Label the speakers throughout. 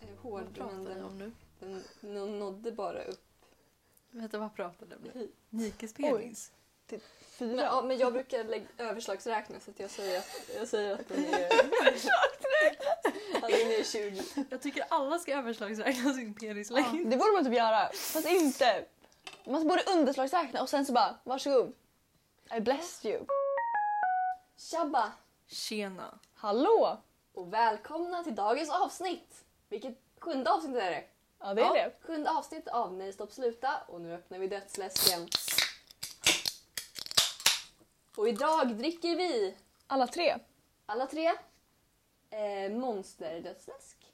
Speaker 1: rekord.
Speaker 2: Vad pratar ni
Speaker 1: den,
Speaker 2: om nu?
Speaker 1: Eh, den, den nådde bara upp
Speaker 2: Vänta, vad pratade vi om?
Speaker 1: hit.
Speaker 2: Nikes penis?
Speaker 1: Men,
Speaker 3: Fyra.
Speaker 1: ja, men jag brukar lägga överslagsräkna så att jag säger att, jag säger att den är... överslagsräkna? att den är 20.
Speaker 2: Jag tycker alla ska överslagsräkna sin
Speaker 3: Ja,
Speaker 2: penislängd.
Speaker 3: det borde man typ göra. Fast inte. Man borde underslagsräkna och sen så bara varsågod. I blessed you.
Speaker 1: Tjabba!
Speaker 2: Tjena!
Speaker 3: Hallå!
Speaker 1: Och välkomna till dagens avsnitt! Vilket sjunde avsnitt är det?
Speaker 3: Ja det är det.
Speaker 1: Sjunde avsnitt av Nej stopp sluta och nu öppnar vi dödsläsken. Och idag dricker vi
Speaker 3: Alla tre.
Speaker 1: alla tre eh, monsterdödsläsk.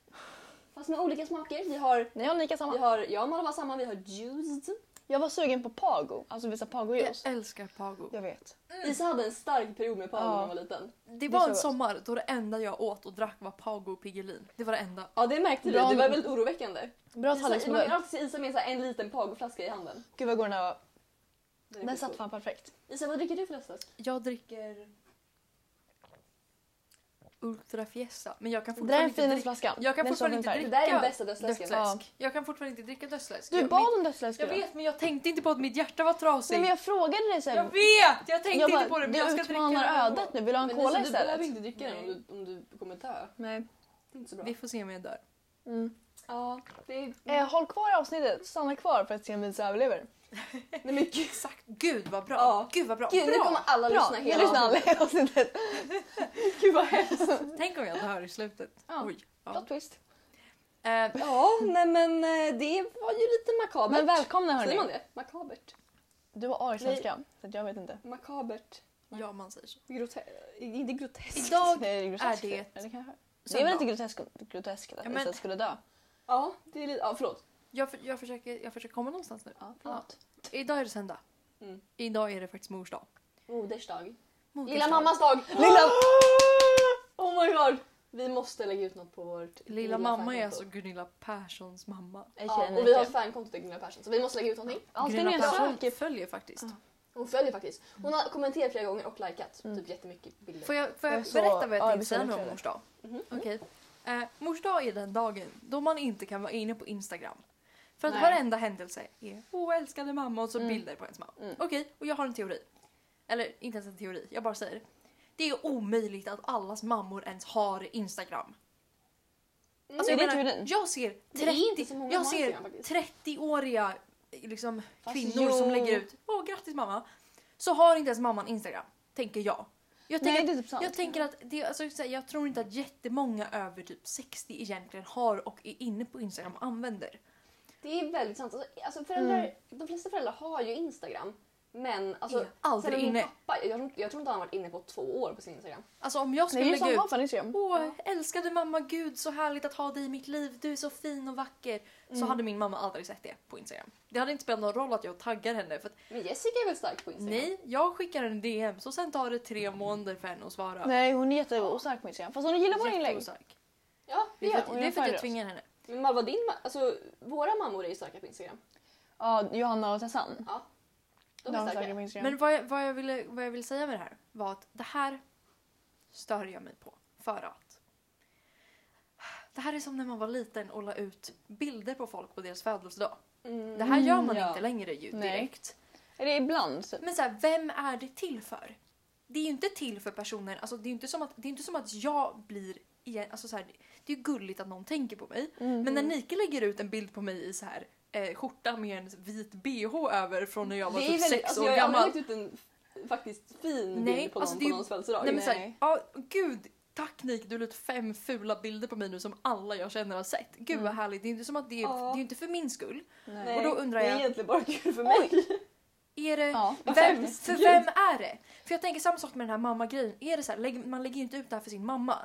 Speaker 1: Fast med olika smaker. Vi har,
Speaker 3: Nej jag och Nika
Speaker 1: vi
Speaker 3: samma.
Speaker 1: har jag och Malva samma, vi har juiced.
Speaker 3: Jag var sugen på Pago. Alltså vissa Pago juice.
Speaker 2: Jag älskar Pago.
Speaker 3: Jag vet.
Speaker 1: Isa hade en stark period med Paolo när
Speaker 3: Ja.
Speaker 1: hon var liten.
Speaker 2: Det var
Speaker 3: Det är
Speaker 2: en
Speaker 3: så-
Speaker 2: sommar då det enda jag åt och drack var Pago och Piggelin. Det var det enda.
Speaker 1: Ja det märkte vi,
Speaker 3: Bra.
Speaker 1: det var väldigt oroväckande.
Speaker 3: Bra
Speaker 1: Isa, man
Speaker 3: tallriksmodell.
Speaker 1: kan alltid se Isa med så här en liten Pago-flaska i handen.
Speaker 3: Gud vad god den här var.
Speaker 1: Den är
Speaker 3: Den
Speaker 1: sjukt
Speaker 3: satt
Speaker 1: god.
Speaker 3: fan perfekt.
Speaker 1: Isa vad dricker du för läsklask?
Speaker 2: Jag dricker Ultra Fiesta, men jag kan
Speaker 3: Det där
Speaker 2: fortfarande
Speaker 3: är den
Speaker 2: inte
Speaker 3: finaste
Speaker 2: dricka
Speaker 3: flaskan.
Speaker 2: Jag kan
Speaker 3: Den är så
Speaker 2: fortfarande
Speaker 3: fin
Speaker 2: inte
Speaker 3: färg.
Speaker 1: Det
Speaker 2: dricka.
Speaker 1: där är den bästa dödsläsken.
Speaker 3: Ja.
Speaker 2: dödsläsk. Jag kan fortfarande inte dricka dödsläsk.
Speaker 3: Du
Speaker 2: jag,
Speaker 3: bad om dödsläsk
Speaker 2: jag
Speaker 3: idag.
Speaker 2: vet men jag tänkte inte på att mitt hjärta var trasigt.
Speaker 3: Nej men jag frågade dig sen.
Speaker 2: jag... vet! Jag tänkte
Speaker 3: Jag bara,
Speaker 2: inte på det men
Speaker 3: du
Speaker 2: jag ska dricka den
Speaker 3: utmanar
Speaker 2: ändå.
Speaker 3: ödet nu. Vill du ha en
Speaker 1: Men
Speaker 3: cola
Speaker 1: Isa, du behöver
Speaker 3: istället?
Speaker 1: inte dricka den om
Speaker 2: Nej.
Speaker 1: du, om du kommer dö.
Speaker 3: Nej.
Speaker 1: Det är inte så bra.
Speaker 2: Vi får se om jag dör.
Speaker 3: Mm.
Speaker 1: Ja, det är...
Speaker 3: Eh, håll kvar i avsnittet. Stanna kvar för att se om vi överlever.
Speaker 1: Nej men gud.
Speaker 2: Exakt. Gud vad bra.
Speaker 1: Ja.
Speaker 2: Gud vad bra.
Speaker 1: Gud, nu
Speaker 2: bra.
Speaker 1: kommer alla
Speaker 3: Bra,
Speaker 1: lyssna
Speaker 3: jag
Speaker 1: hela
Speaker 3: lyssnar
Speaker 1: avsnittet.
Speaker 3: aldrig i avsnittet. Gud vad hemskt.
Speaker 2: Tänk om jag dör i slutet.
Speaker 3: Ja.
Speaker 2: Oj. Ja.
Speaker 3: Plot twist.
Speaker 2: Eh,
Speaker 1: Ja, nej men eh, det var ju lite makabert.
Speaker 3: Men välkomna
Speaker 1: Säger man
Speaker 3: hörni.
Speaker 1: det? Makabert?
Speaker 3: Du har A i svenska, så att jag vet inte.
Speaker 1: Makabert?
Speaker 2: ja, man säger så.
Speaker 1: Grote... Inte groteskt?
Speaker 2: Idag
Speaker 3: Nej, det groteskt?
Speaker 2: är det-
Speaker 3: Ja, det, kanske. det är
Speaker 2: Söndag.
Speaker 3: väl lite groteskt, groteskt att
Speaker 2: Ja,
Speaker 3: ja,
Speaker 2: men-
Speaker 3: skulle dö?
Speaker 1: Ja, det är lite... Ja, förlåt.
Speaker 2: Jag, för, jag, försöker, jag försöker komma någonstans nu.
Speaker 3: Ja,
Speaker 2: förlåt. Idag är det söndag.
Speaker 1: Mm.
Speaker 2: Idag är det faktiskt mors dag.
Speaker 1: Moders dag.
Speaker 2: Moders
Speaker 1: Lilla
Speaker 2: dag.
Speaker 1: mammas dag!
Speaker 3: Lilla...
Speaker 1: Oh my god! Vi måste lägga ut något på vårt
Speaker 2: Lilla, mamma är alltså
Speaker 1: fankonto.
Speaker 2: Gunilla Perssons mamma.
Speaker 1: Ja, och vi har ett fankonto till Gunilla Persson så vi måste lägga ut någonting.
Speaker 3: Alltid
Speaker 2: Gunilla
Speaker 3: när jag
Speaker 2: Persson
Speaker 3: söker...
Speaker 2: följer faktiskt.
Speaker 3: Ja.
Speaker 1: Hon följer faktiskt. Hon har kommenterat flera gånger och likat.
Speaker 3: Mm.
Speaker 1: Typ jättemycket bilder.
Speaker 2: Får jag, får
Speaker 3: Jag
Speaker 2: jag
Speaker 3: är så-
Speaker 2: berätta vad
Speaker 3: ja, jag
Speaker 2: jag tänkte
Speaker 3: blir så
Speaker 2: säga nu om
Speaker 3: irriterad.
Speaker 2: mors dag?
Speaker 3: Mm-hmm.
Speaker 1: Mhm.
Speaker 2: Okej. Eh, mors dag är den dagen då man inte kan vara inne på Instagram. För att
Speaker 1: Nej.
Speaker 2: varenda händelse är åh älskade mamma och så
Speaker 3: Mm.
Speaker 2: bilder på ens mamma.
Speaker 3: Mm.
Speaker 2: Okej, och jag har en teori. Eller inte ens en teori, jag bara säger. Det är omöjligt att allas mammor ens har Instagram.
Speaker 3: Alltså, är det
Speaker 2: jag, menar,
Speaker 3: teorin?
Speaker 2: jag ser
Speaker 1: Det är inte så många
Speaker 2: 30, jag
Speaker 1: som har
Speaker 2: ser
Speaker 1: Instagram faktiskt.
Speaker 2: 30-åriga eh, liksom,
Speaker 3: Fast
Speaker 2: kvinnor
Speaker 3: jo.
Speaker 2: som lägger ut åh grattis mamma. Så har inte ens mamman Instagram, tänker jag. Jag tänker,
Speaker 3: Nej, det är typ sant.
Speaker 2: jag tänker att det, alltså, så här, jag tror inte att jättemånga över typ 60 egentligen har och är inne på Instagram och använder.
Speaker 1: Det är väldigt sant. Alltså, alltså föräldrar, De flesta föräldrar har ju Instagram. Men alltså,
Speaker 2: Mm. Är aldrig
Speaker 1: sen min
Speaker 2: inne.
Speaker 1: Pappa, jag, tror- jag tror inte han har varit inne på två år på sin Instagram.
Speaker 2: Alltså om jag skulle
Speaker 3: Nej, just
Speaker 2: lägga
Speaker 3: han har
Speaker 2: ut Oh,
Speaker 3: fan Instagram.
Speaker 2: Åh, älskade mamma, gud så härligt att ha dig i mitt liv, du är så fin och vacker.
Speaker 3: Mm.
Speaker 2: Så hade min mamma aldrig sett det på Instagram. Det hade inte spelat någon roll att jag taggar henne för att
Speaker 1: Men Jessica är väl stark på Instagram?
Speaker 2: nej, jag skickar en DM så sen tar det tre månader för henne att svara.
Speaker 3: Nej, hon är jätteostark på Instagram. Fast hon gillar våra inlägg.
Speaker 2: Jätteostark.
Speaker 1: Ja,
Speaker 2: Det
Speaker 1: det
Speaker 2: är för
Speaker 1: gör
Speaker 2: att,
Speaker 3: hon
Speaker 2: det är
Speaker 3: gör
Speaker 2: för att jag
Speaker 3: färgras.
Speaker 2: tvingar henne.
Speaker 1: Men Malva, din ma- alltså, våra mammor är ju starka på Instagram.
Speaker 3: Ja, Johanna och Tessan.
Speaker 1: Ja. De
Speaker 3: har
Speaker 1: är
Speaker 3: hon starka
Speaker 1: starka.
Speaker 3: på Instagram.
Speaker 2: Men vad jag, vad, jag ville, vad jag ville säga med det här var att det här stör jag mig på. För att det här är som när man var liten och la ut bilder på folk på deras födelsedag.
Speaker 1: Mm.
Speaker 2: Det här gör man
Speaker 3: Mm, ja.
Speaker 2: inte längre ju
Speaker 3: Nej.
Speaker 2: direkt.
Speaker 3: Är det ibland? typ?
Speaker 2: Men så här, vem är det till för? Det är ju inte till för personen, alltså det är ju inte som att, det är inte som att jag blir igen, alltså så här, det är ju gulligt att någon tänker på mig.
Speaker 3: Mm.
Speaker 2: Men när Nike lägger ut en bild på mig i så här eh, skjorta med en vit bh över från när jag var
Speaker 1: Det är
Speaker 2: typ
Speaker 1: väldigt,
Speaker 2: sex
Speaker 1: alltså,
Speaker 2: år
Speaker 1: jag har
Speaker 2: gammal.
Speaker 1: aldrig lagt ut en f- faktiskt fin bild
Speaker 2: Nej,
Speaker 1: på någon
Speaker 2: alltså, det
Speaker 1: på
Speaker 2: är ju-
Speaker 1: någons födelsedag.
Speaker 2: Nej men såhär,
Speaker 3: Nej.
Speaker 2: ja gud tack Nick du la ut fem fula bilder på mig nu som alla jag känner har sett. Gud vad
Speaker 3: Mm.
Speaker 2: härligt, det är inte som att det är,
Speaker 1: Ja.
Speaker 2: det är ju inte för min skull.
Speaker 1: Nej,
Speaker 2: Och då undrar
Speaker 1: Det
Speaker 2: jag-
Speaker 1: är egentligen bara kul för mig.
Speaker 2: Är det,
Speaker 3: Ja,
Speaker 1: vad
Speaker 2: vem,
Speaker 1: hemskt.
Speaker 2: för
Speaker 1: Gud.
Speaker 2: vem är det? För jag tänker samma sak med den här mammagrejen. Är det så här, lägg- man lägger ju inte ut det här för sin mamma.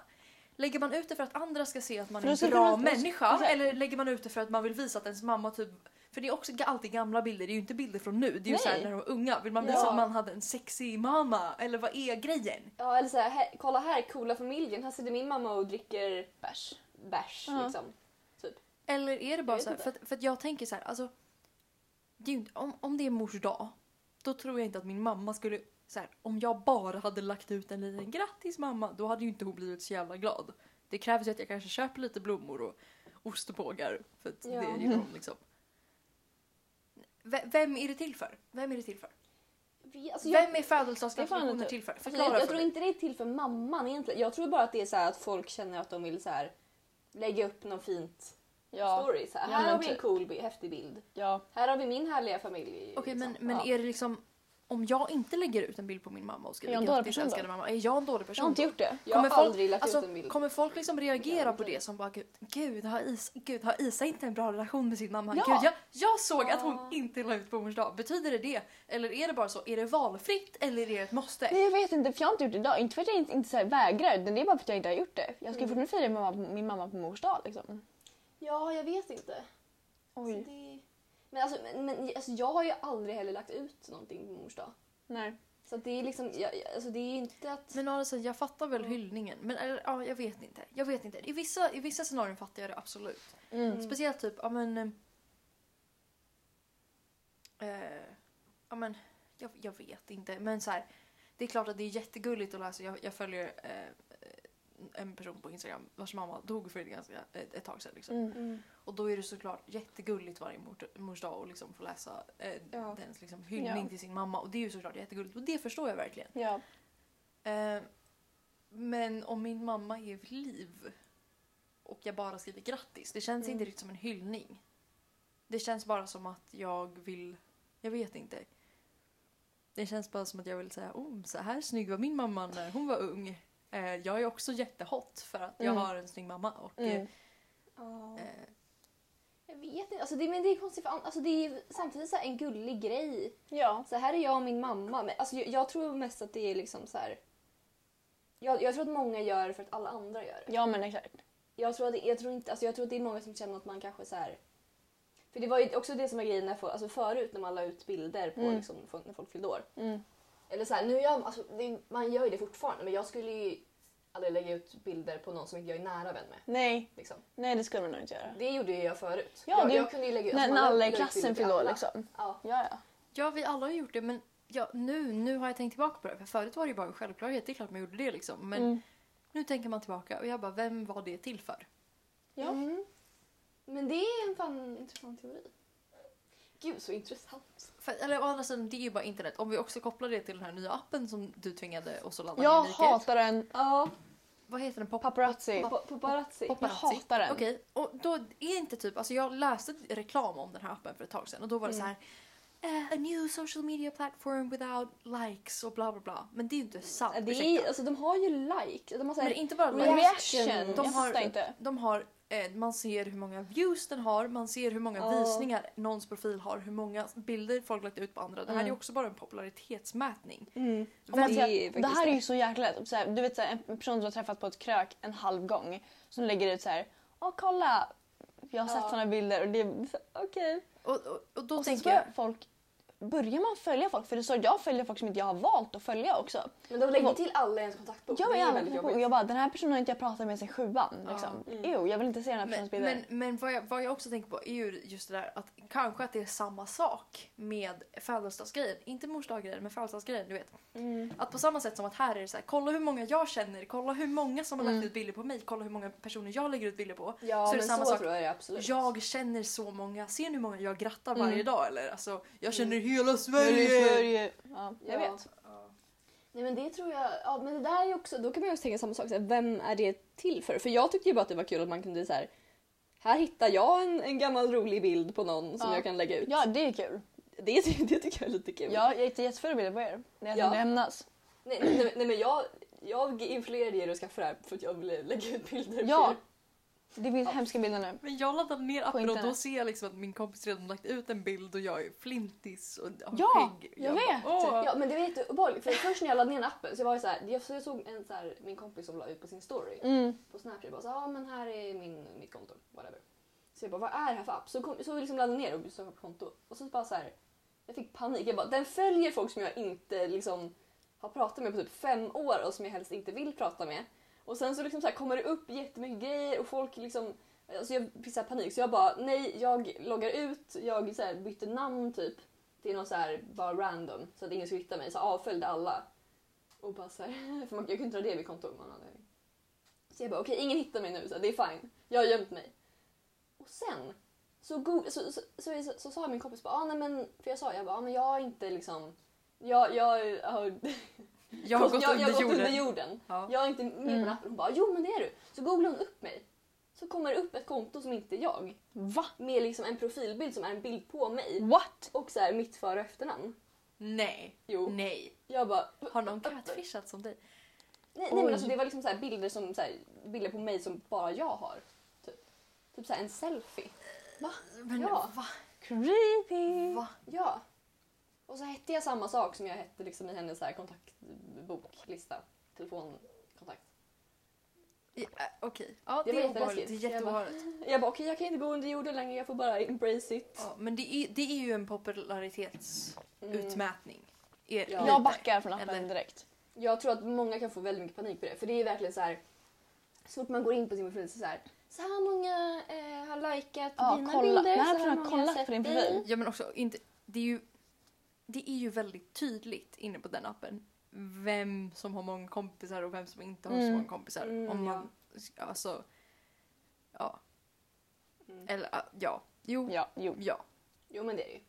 Speaker 2: Lägger man ut det för att andra ska se att man
Speaker 3: För då
Speaker 2: är en
Speaker 3: skulle
Speaker 2: bra
Speaker 3: man-
Speaker 2: människa?
Speaker 3: Exakt.
Speaker 2: Eller lägger man ut det för att man vill visa att ens mamma typ för det är också ga- alltid gamla bilder, det är ju inte bilder från nu. Det är ju
Speaker 3: Nej.
Speaker 2: såhär när de var unga. Vill man visa
Speaker 1: Ja.
Speaker 2: att man hade en sexig mamma? Eller vad är grejen?
Speaker 1: Ja, eller så här, här, kolla här, coola familjen. Här sitter min mamma och dricker
Speaker 3: Bärs.
Speaker 1: bärs.
Speaker 3: Ja.
Speaker 1: Liksom.
Speaker 2: Eller är det bara
Speaker 1: vet
Speaker 2: så här,
Speaker 1: inte.
Speaker 2: för, att, för att jag tänker så här, alltså. Det är ju inte, om, om det är mors dag, då tror jag inte att min mamma skulle, så här, om jag bara hade lagt ut en liten grattis mamma, då hade ju inte hon blivit så jävla glad. Det krävs ju att jag kanske köper lite blommor och, ostbågar. För att
Speaker 1: Ja.
Speaker 2: det gillar de liksom. V- vem är det till för? Vem är det till för?
Speaker 1: Vi- Alltså, jag,
Speaker 2: Vem är födelsedagsgratulationer
Speaker 1: inte-
Speaker 2: till för?
Speaker 1: alltså, jag,
Speaker 2: Förklara
Speaker 1: jag
Speaker 2: för
Speaker 1: tror
Speaker 2: mig.
Speaker 1: inte det är till för mamman egentligen. Jag tror bara att det är så här att folk känner att de vill så här, lägga upp någon fint
Speaker 3: Ja.
Speaker 1: story. Så här,
Speaker 3: Ja,
Speaker 1: här
Speaker 3: men
Speaker 1: har vi en
Speaker 3: typ.
Speaker 1: cool, bi- häftig bild.
Speaker 3: ja.
Speaker 1: Här har vi min härliga familj.
Speaker 2: Okej men,
Speaker 1: liksom.
Speaker 2: men
Speaker 1: Ja.
Speaker 2: är det liksom om jag inte lägger ut en bild på min mamma och
Speaker 3: Är jag
Speaker 2: skriver
Speaker 3: en dålig
Speaker 2: grattis
Speaker 3: person då?
Speaker 2: älskade mamma, är jag en dålig person?
Speaker 3: Jag har inte
Speaker 2: då?
Speaker 3: gjort det.
Speaker 1: Jag har
Speaker 2: kommer folk-
Speaker 1: aldrig lagt ut
Speaker 2: Alltså,
Speaker 1: en bild.
Speaker 2: kommer folk liksom reagera på
Speaker 1: Ja,
Speaker 2: det som bara gud, gud, har, Is, gud har Isa inte en bra relation med sin mamma?
Speaker 3: Ja.
Speaker 2: Gud, jag, jag såg att
Speaker 1: Ja.
Speaker 2: hon inte la ut på mors dag. Betyder det det? Eller är det bara så? Är det valfritt eller är det ett måste?
Speaker 3: Nej jag vet inte för jag har inte gjort det idag. Inte för att jag inte, inte så här vägrar utan det är bara för att jag inte har gjort det. Jag ska
Speaker 1: Mm.
Speaker 3: fortfarande fira min mamma, min mamma på mors dag liksom.
Speaker 1: Ja, jag vet inte.
Speaker 3: Oj.
Speaker 1: Så Alltså, det... Men, alltså, men, men alltså, jag har ju aldrig heller lagt ut någonting på mors dag.
Speaker 3: Nej.
Speaker 1: Så att det är liksom, jag, jag- alltså det är ju inte att...
Speaker 2: Men alltså, jag fattar väl
Speaker 1: Mm.
Speaker 2: hyllningen. Men eller, ja, jag vet inte. Jag vet inte. I vissa, I vissa scenarion fattar jag det absolut.
Speaker 3: Mm.
Speaker 1: Mm.
Speaker 2: Speciellt typ, ja men... eh, eh, ja men, jag, jag vet inte. Men så här, det är klart att det är jättegulligt att läsa. Jag, jag följer eh, en person på Instagram vars mamma dog för ett, ganska, ett, ett tag sedan. Liksom.
Speaker 3: Mm.
Speaker 1: Mm.
Speaker 2: Och då är det såklart jättegulligt varje mor, mors dag att liksom få läsa eh,
Speaker 1: Ja.
Speaker 2: dens liksom, hyllning
Speaker 3: Ja.
Speaker 2: till sin mamma. Och det är ju såklart jättegulligt och det förstår jag verkligen.
Speaker 3: Ja.
Speaker 2: Eh, men om min mamma är vid liv och jag bara skriver grattis, det känns
Speaker 1: Mm.
Speaker 2: inte riktigt som en hyllning. Det känns bara som att jag vill, jag vet inte. Det känns bara som att jag vill säga oh, så här snygg var min mamma när hon var ung. Eh, jag är också jättehot för att jag
Speaker 3: Mm.
Speaker 2: har en snygg mamma. Och,
Speaker 3: Mm.
Speaker 1: Ja.
Speaker 2: eh,
Speaker 1: Jag vet inte, alltså det, men det är konstigt för an- alltså det är samtidigt så här en gullig grej.
Speaker 3: Ja.
Speaker 1: Så här är jag och min mamma. Men alltså jag, jag tror mest att det är liksom så här... Jag, jag tror att många gör det för att alla andra gör det.
Speaker 3: Ja men exakt.
Speaker 1: Jag tror, att det, jag, tror inte, alltså jag tror att det är många som känner att man kanske så här. För det var ju också det som var grejen när, folk- alltså förut när man la ut bilder på
Speaker 3: Mm.
Speaker 1: liksom, folk- när folk fyllde år.
Speaker 3: Mm.
Speaker 1: Eller så här, nu gör, alltså, det, man gör ju det fortfarande men jag skulle ju aldrig lägga ut bilder på någon som inte jag är nära vän med.
Speaker 3: Nej.
Speaker 1: Liksom.
Speaker 3: Nej det skulle man nog inte göra.
Speaker 1: Det gjorde ju jag förut.
Speaker 3: Ja,
Speaker 1: jag,
Speaker 3: det-
Speaker 1: jag kunde ju lägga ut...
Speaker 3: När,
Speaker 1: alltså,
Speaker 3: när
Speaker 1: man la- la
Speaker 3: alla i
Speaker 1: ut bilder
Speaker 3: klassen
Speaker 1: till
Speaker 3: fyllde år
Speaker 1: alla.
Speaker 3: liksom.
Speaker 1: Ja.
Speaker 3: Ja ja.
Speaker 2: ja, vi alla har gjort det men ja, nu, nu har jag tänkt tillbaka på det. För förut var det ju bara en självklarhet, det är klart man gjorde det liksom. Men
Speaker 3: Mm.
Speaker 2: nu tänker man tillbaka och jag bara, vem var det till för?
Speaker 3: Ja.
Speaker 1: Mm. Men det är en fan intressant teori. Gud så intressant.
Speaker 2: För, eller å andra sidan, det är ju bara internet. Om vi också kopplar det till den här nya appen som du tvingade oss att ladda
Speaker 3: Jag
Speaker 2: ner, Mikael.
Speaker 3: hatar den.
Speaker 1: Ja,
Speaker 2: Vad heter den? Pop-
Speaker 3: Paparazzi.
Speaker 1: pa- paparazzi.
Speaker 3: Jag
Speaker 2: paparazzi?
Speaker 3: hatar den.
Speaker 2: Okej, och då är inte typ, alltså jag läste reklam om den här appen för ett tag sedan och då var det
Speaker 1: Mm.
Speaker 2: så här. "Eh, a new social media platform without likes och bla bla bla. Men det är ju inte sant.
Speaker 1: Det är,
Speaker 2: ursäkta.
Speaker 1: alltså, de har ju like. De har så
Speaker 2: Men
Speaker 1: här,
Speaker 2: inte bara likes.
Speaker 3: Reaction.
Speaker 1: Reaction.
Speaker 2: De
Speaker 3: jag
Speaker 2: har-
Speaker 3: fattar inte.
Speaker 2: De har, eh, man ser hur många views den har, man ser hur många
Speaker 1: Ja.
Speaker 2: visningar någons profil har, hur många bilder folk lagt ut på andra. Det här
Speaker 3: Mm.
Speaker 2: är ju också bara en popularitetsmätning.
Speaker 3: Om man
Speaker 2: Vem-
Speaker 3: säger-
Speaker 1: Det är
Speaker 3: det
Speaker 1: faktiskt
Speaker 3: här är
Speaker 1: det.
Speaker 3: ju så jäkla lätt. Så här, du vet så här, en person du har träffat på ett krök en halv gång som lägger ut så här. Åh kolla! Jag har sett
Speaker 1: Ja.
Speaker 3: såna bilder och det är så- okej.
Speaker 2: Och, och, och då
Speaker 3: Och sen så
Speaker 2: tänker jag...
Speaker 3: börjar folk Börjar man följa folk? För det står jag följer folk som inte jag har valt att följa också.
Speaker 1: Men de lägger till alla i ens kontaktbok.
Speaker 3: Jag
Speaker 1: Det
Speaker 3: var
Speaker 1: är
Speaker 3: i
Speaker 1: ju
Speaker 3: alla
Speaker 1: väldigt
Speaker 3: fall
Speaker 1: jobbigt.
Speaker 3: jag bara den här personen har inte jag pratat med sen sjuan.
Speaker 2: Ja.
Speaker 3: Liksom.
Speaker 1: Mm.
Speaker 3: Ew, jag vill inte se den här
Speaker 2: Men,
Speaker 3: personens bilder.
Speaker 2: men, men vad, jag, vad jag också tänker på är ju just det där att kanske att det är samma sak med födelsedagsgrejen. Inte morsdagsgrejen men födelsedagsgrejen du vet. Att på samma sätt som att här är det så här, kolla hur många jag känner, kolla hur många som har lagt
Speaker 3: Mm.
Speaker 2: ut bilder på mig, kolla hur många personer jag lägger ut bilder på.
Speaker 1: Ja,
Speaker 2: Så är det
Speaker 1: men
Speaker 2: samma
Speaker 1: så
Speaker 2: sak.
Speaker 1: tror jag det är absolut.
Speaker 2: Jag känner så många, ser ni hur många jag grattar
Speaker 3: Mm.
Speaker 2: varje dag eller? Alltså, jag
Speaker 1: Mm.
Speaker 2: känner hela
Speaker 3: Sverige,
Speaker 2: Sverige!
Speaker 3: Sverige. Ja, jag
Speaker 1: Ja.
Speaker 3: vet.
Speaker 1: Nej men det tror jag, ja men det där är ju också, då kan man ju också tänka samma sak, så här, vem är det till för? För jag tyckte ju bara att det var kul att man kunde så här, här hittar jag en, en gammal rolig bild på någon som
Speaker 3: Ja.
Speaker 1: jag kan lägga ut.
Speaker 3: Ja, det är kul.
Speaker 1: Det, det tycker jag är lite kul.
Speaker 3: Ja, jag är jättefull bilder på er alltså när jag
Speaker 1: Ja.
Speaker 3: tänkte hämnas.
Speaker 1: Nej, nej, nej, nej men jag, jag influerade er att skaffa det här för att jag ville lägga ut bilder
Speaker 3: Ja.
Speaker 1: på er.
Speaker 3: Det finns hemska bilder nu.
Speaker 2: Men jag laddade ner appen och då
Speaker 3: internet.
Speaker 2: ser jag liksom att min kompis redan lagt ut en bild och jag är flintis och har
Speaker 3: Ja,
Speaker 2: skägg.
Speaker 3: jag vet.
Speaker 2: bara, åh.
Speaker 1: Ja men det var jätteobehagligt för först när jag laddade ner appen så jag var ju så här, jag, så jag såg en så här, min kompis som la ut på sin story.
Speaker 3: Mm.
Speaker 1: på Snapchat bara så ja men här är min, mitt konto, whatever. Så jag bara vad är det här för app? Så, kom, så liksom laddade ner och sökte på konto och så bara så här, jag fick panik. Jag bara den följer folk som jag inte liksom har pratat med på typ fem år och som jag helst inte vill prata med. Och sen så liksom så här, kommer det upp jättemycket grejer och folk liksom Alltså jag fick så här panik så jag bara nej jag loggar ut, jag så här bytte namn typ till någon så här bara random så att ingen skulle hitta mig så avföljde alla. Och bara så här, för man, jag kunde inte dra det vid konto om man hade så jag bara okej, ingen hittar mig nu, så det är fine. Jag har gömt mig. Och sen så, go- så, så, så, så, så sa min kompis bara, ah, nej men, för jag sa, jag bara, ah, men jag har inte liksom, jag, jag, har,
Speaker 2: Jag har gått
Speaker 1: jag, jag
Speaker 2: under
Speaker 1: har gått under
Speaker 2: jorden.
Speaker 1: jorden.
Speaker 2: Ja.
Speaker 1: Jag är inte med på den
Speaker 3: Mm.
Speaker 1: appen. Hon bara, jo men det är du. Så googlade hon upp mig. Så kommer det upp ett konto som inte är jag.
Speaker 3: Va?
Speaker 1: Med liksom en profilbild som är en bild på mig.
Speaker 2: Mm.
Speaker 3: What?
Speaker 1: Och så här mitt före och efternamn.
Speaker 2: Nej.
Speaker 1: Jo.
Speaker 2: Nej.
Speaker 1: Jag bara,
Speaker 2: Har någon catfishat som dig?
Speaker 1: nej, nej men
Speaker 3: Oj.
Speaker 1: alltså det var liksom så här bilder, som, så här, bilder på mig som bara jag har. Typ, typ så här en selfie.
Speaker 2: Men
Speaker 1: Ja.
Speaker 2: va?
Speaker 3: Creepy!
Speaker 2: va?
Speaker 1: Ja. Och så hette jag samma sak som jag hette liksom i hennes så här kontaktboklista. Telefonkontakt.
Speaker 2: Ja, äh, Okej. Ja,
Speaker 1: Det
Speaker 2: det,
Speaker 1: var
Speaker 2: är obehagligt. Det är
Speaker 1: jätteläskigt. Jag
Speaker 2: jätteobehagligt.
Speaker 1: Jag bara okej jag kan inte gå under jorden längre, jag får bara embrace it.
Speaker 2: Ja, men det är, det är ju en popularitetsutmätning.
Speaker 1: Mm.
Speaker 3: Mm.
Speaker 2: Mm. Är det
Speaker 1: Ja.
Speaker 2: lite.
Speaker 3: Jag backar från
Speaker 2: Eller-
Speaker 3: appen direkt.
Speaker 1: Jag tror att många kan få väldigt mycket panik på det. För det är verkligen så här. Så fort man går in på sin profil så är det så här. Så här många eh, har likat
Speaker 3: Ja,
Speaker 1: dina
Speaker 3: kolla.
Speaker 1: bilder.
Speaker 3: Den här
Speaker 1: så
Speaker 3: personen har
Speaker 1: många
Speaker 3: kollat
Speaker 1: sett
Speaker 3: på din
Speaker 1: dig."
Speaker 3: profil.
Speaker 2: Ja men också inte, det är ju det är ju väldigt tydligt inne på den appen vem som har många kompisar och vem som inte har så
Speaker 3: Mm.
Speaker 2: många kompisar.
Speaker 1: Mm,
Speaker 2: Om man, alltså, ja.
Speaker 1: Mm.
Speaker 2: Eller äh, ja, jo, ja.
Speaker 3: Ja, jo.
Speaker 1: Jo men det är det ju.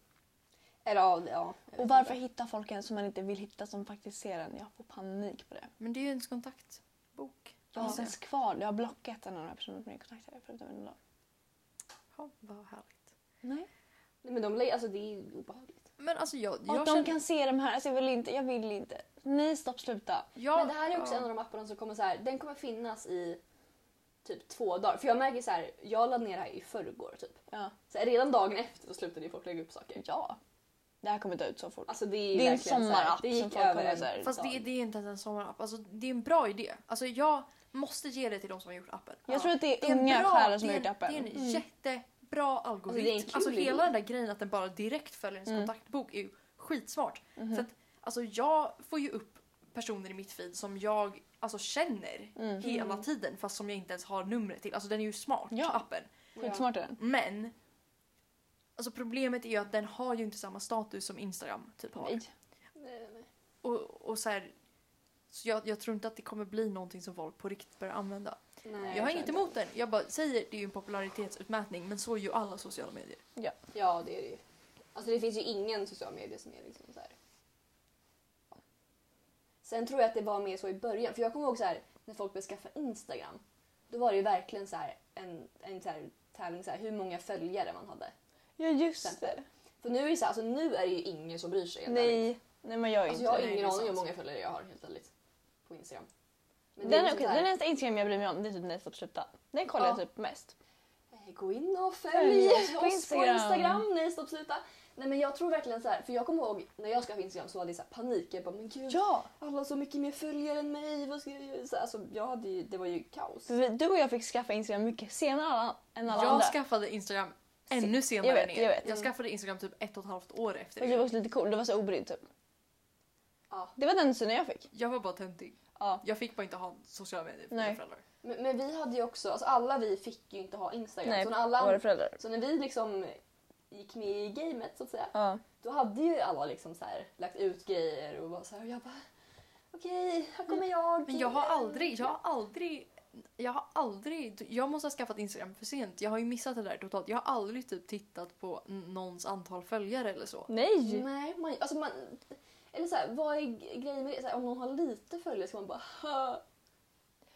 Speaker 1: Eller ja, ja. jag vet
Speaker 3: Och varför
Speaker 1: inte.
Speaker 3: hittar folk en som man inte vill hitta som faktiskt ser en? Jag får panik på det.
Speaker 2: Men det är ju ens kontaktbok.
Speaker 3: Jag har
Speaker 2: Alltså,
Speaker 3: inte ens kvar Jag har blockat en av de här personerna på min kontaktare förutom en dag.
Speaker 2: ja, vad härligt.
Speaker 3: Nej.
Speaker 1: Nej, men de lägger, alltså det är ju obehagligt.
Speaker 2: Men alltså jag,
Speaker 3: Och
Speaker 2: jag
Speaker 3: att de kan se de här. Alltså jag vill inte. Jag vill inte. Nej, stopp, sluta.
Speaker 2: jag,
Speaker 1: men det här är också
Speaker 2: ja.
Speaker 1: en av de apparna som kommer så här. Den kommer finnas i typ två dagar. För jag märker så här. Jag laddade ner det här i förrgår typ.
Speaker 3: Ja.
Speaker 1: Så här, redan dagen efter så slutade ju folk lägga upp saker.
Speaker 3: Ja. Det här kommer dö ut så fort.
Speaker 1: Alltså det är,
Speaker 3: det är
Speaker 1: verkligen
Speaker 3: en
Speaker 1: så här,
Speaker 3: sommarapp
Speaker 1: Det
Speaker 3: som
Speaker 1: gick
Speaker 3: folk
Speaker 1: över
Speaker 3: kommer
Speaker 1: en
Speaker 3: så här.
Speaker 2: Fast det,
Speaker 1: dag.
Speaker 2: det är inte ens en sommarapp. Alltså, det är en bra idé. Alltså, jag måste ge det till de som har gjort appen.
Speaker 3: Jag tror att det
Speaker 2: Det är
Speaker 3: är
Speaker 2: en
Speaker 3: unga
Speaker 2: bra-
Speaker 3: själar som
Speaker 2: det
Speaker 3: har
Speaker 2: är en-
Speaker 3: gjort appen.
Speaker 2: Det är en
Speaker 3: Mm.
Speaker 2: jättebra algoritm.
Speaker 1: det är en
Speaker 2: Alltså,
Speaker 1: kul
Speaker 2: hela
Speaker 1: idé.
Speaker 2: den där grejen att den bara direkt följer ens
Speaker 3: Mm.
Speaker 2: kontaktbok är ju skitsmart.
Speaker 3: Mhm.
Speaker 2: Så att, alltså, jag får ju upp personer i mitt feed som jag alltså, känner
Speaker 3: Mm.
Speaker 2: hela
Speaker 1: Mm.
Speaker 2: tiden fast som jag inte ens har numret till. Alltså den är ju smart,
Speaker 3: Ja.
Speaker 2: appen.
Speaker 3: Skitsmart är den.
Speaker 2: Men alltså, problemet är ju att den har ju inte samma status som Instagram typ har.
Speaker 3: Nej.
Speaker 1: Nej, nej.
Speaker 2: Och, och så här, så jag, jag tror inte att det kommer bli någonting som folk på riktigt börjar använda.
Speaker 1: Nej,
Speaker 2: Jag har
Speaker 1: tror
Speaker 2: inget
Speaker 1: inte.
Speaker 2: emot den. Jag bara säger det är ju en popularitetsutmätning men så är ju alla sociala medier.
Speaker 1: Ja, det är det ju. Alltså det finns ju ingen social media som är liksom så här. Ja. Sen tror jag att det var mer så i början. För jag kommer ihåg så här, när folk började skaffa Instagram. Då var det ju verkligen så här, en, en så här, tävling så här, hur många följare man hade.
Speaker 3: Ja, just det.
Speaker 1: För nu är, det så här, alltså, nu är det ju ingen som bryr sig. helt ärligt.
Speaker 3: Nej. Nej, men jag är
Speaker 1: Alltså,
Speaker 3: inte
Speaker 1: jag har
Speaker 2: Nej,
Speaker 1: ingen
Speaker 2: det är
Speaker 1: aning hur
Speaker 2: sant.
Speaker 1: många följare jag har helt ärligt. På Instagram. Men det
Speaker 3: Den,
Speaker 1: också
Speaker 3: okay,
Speaker 1: så här,
Speaker 3: den enda Instagram jag bryr mig om det är typ när jag sluta. Den kollar jag
Speaker 1: Ja.
Speaker 3: typ mest.
Speaker 1: Eh, Gå in och följ
Speaker 3: Följ
Speaker 1: oss
Speaker 3: oss
Speaker 1: på
Speaker 3: på
Speaker 1: Instagram.
Speaker 3: Instagram.
Speaker 1: Nej, stopp, sluta. Nej, men jag tror verkligen så här, för jag kommer ihåg när jag skaffade Instagram så var det så här panik. Jag bara, men gud,
Speaker 3: Ja!
Speaker 1: alla har så mycket mer följare än mig. Vad ska jag göra? Så, här, alltså, jag hade ju, det var ju kaos.
Speaker 3: För vi- Du och jag fick skaffa Instagram mycket senare alla- än alla
Speaker 2: jag
Speaker 3: andra.
Speaker 2: skaffade Instagram ännu senare
Speaker 3: jag vet,
Speaker 2: än
Speaker 3: jag
Speaker 2: er.
Speaker 3: vet.
Speaker 2: Jag skaffade Instagram typ ett och ett halvt år efter
Speaker 3: Och det var
Speaker 2: det.
Speaker 3: också lite cool. Du var så obrydd typ.
Speaker 1: Ja.
Speaker 3: Det var den synen jag fick.
Speaker 2: Jag var bara töntig.
Speaker 3: Ja.
Speaker 2: Jag fick bara inte ha sociala medier för
Speaker 3: Nej.
Speaker 2: mina föräldrar.
Speaker 1: Men, men vi hade ju också, alltså, alla vi fick ju inte ha Instagram.
Speaker 3: Nej,
Speaker 1: så, när alla,
Speaker 3: Våra föräldrar.
Speaker 1: så när vi liksom gick med i gamet så att säga.
Speaker 3: Ja.
Speaker 1: Då hade ju alla liksom så här, lagt ut grejer och var så här, och jag bara okej, här
Speaker 3: Mm.
Speaker 1: kommer jag.
Speaker 2: Men jag har aldrig, jag har aldrig, jag har aldrig, jag måste ha skaffat Instagram för sent. Jag har ju missat det där totalt. Jag har aldrig typ tittat på n- någons antal följare eller så.
Speaker 3: Nej!
Speaker 1: Nej, man, alltså man, eller så här, vad är g- grejen med det? Så här, om någon har lite följare ska man bara ha,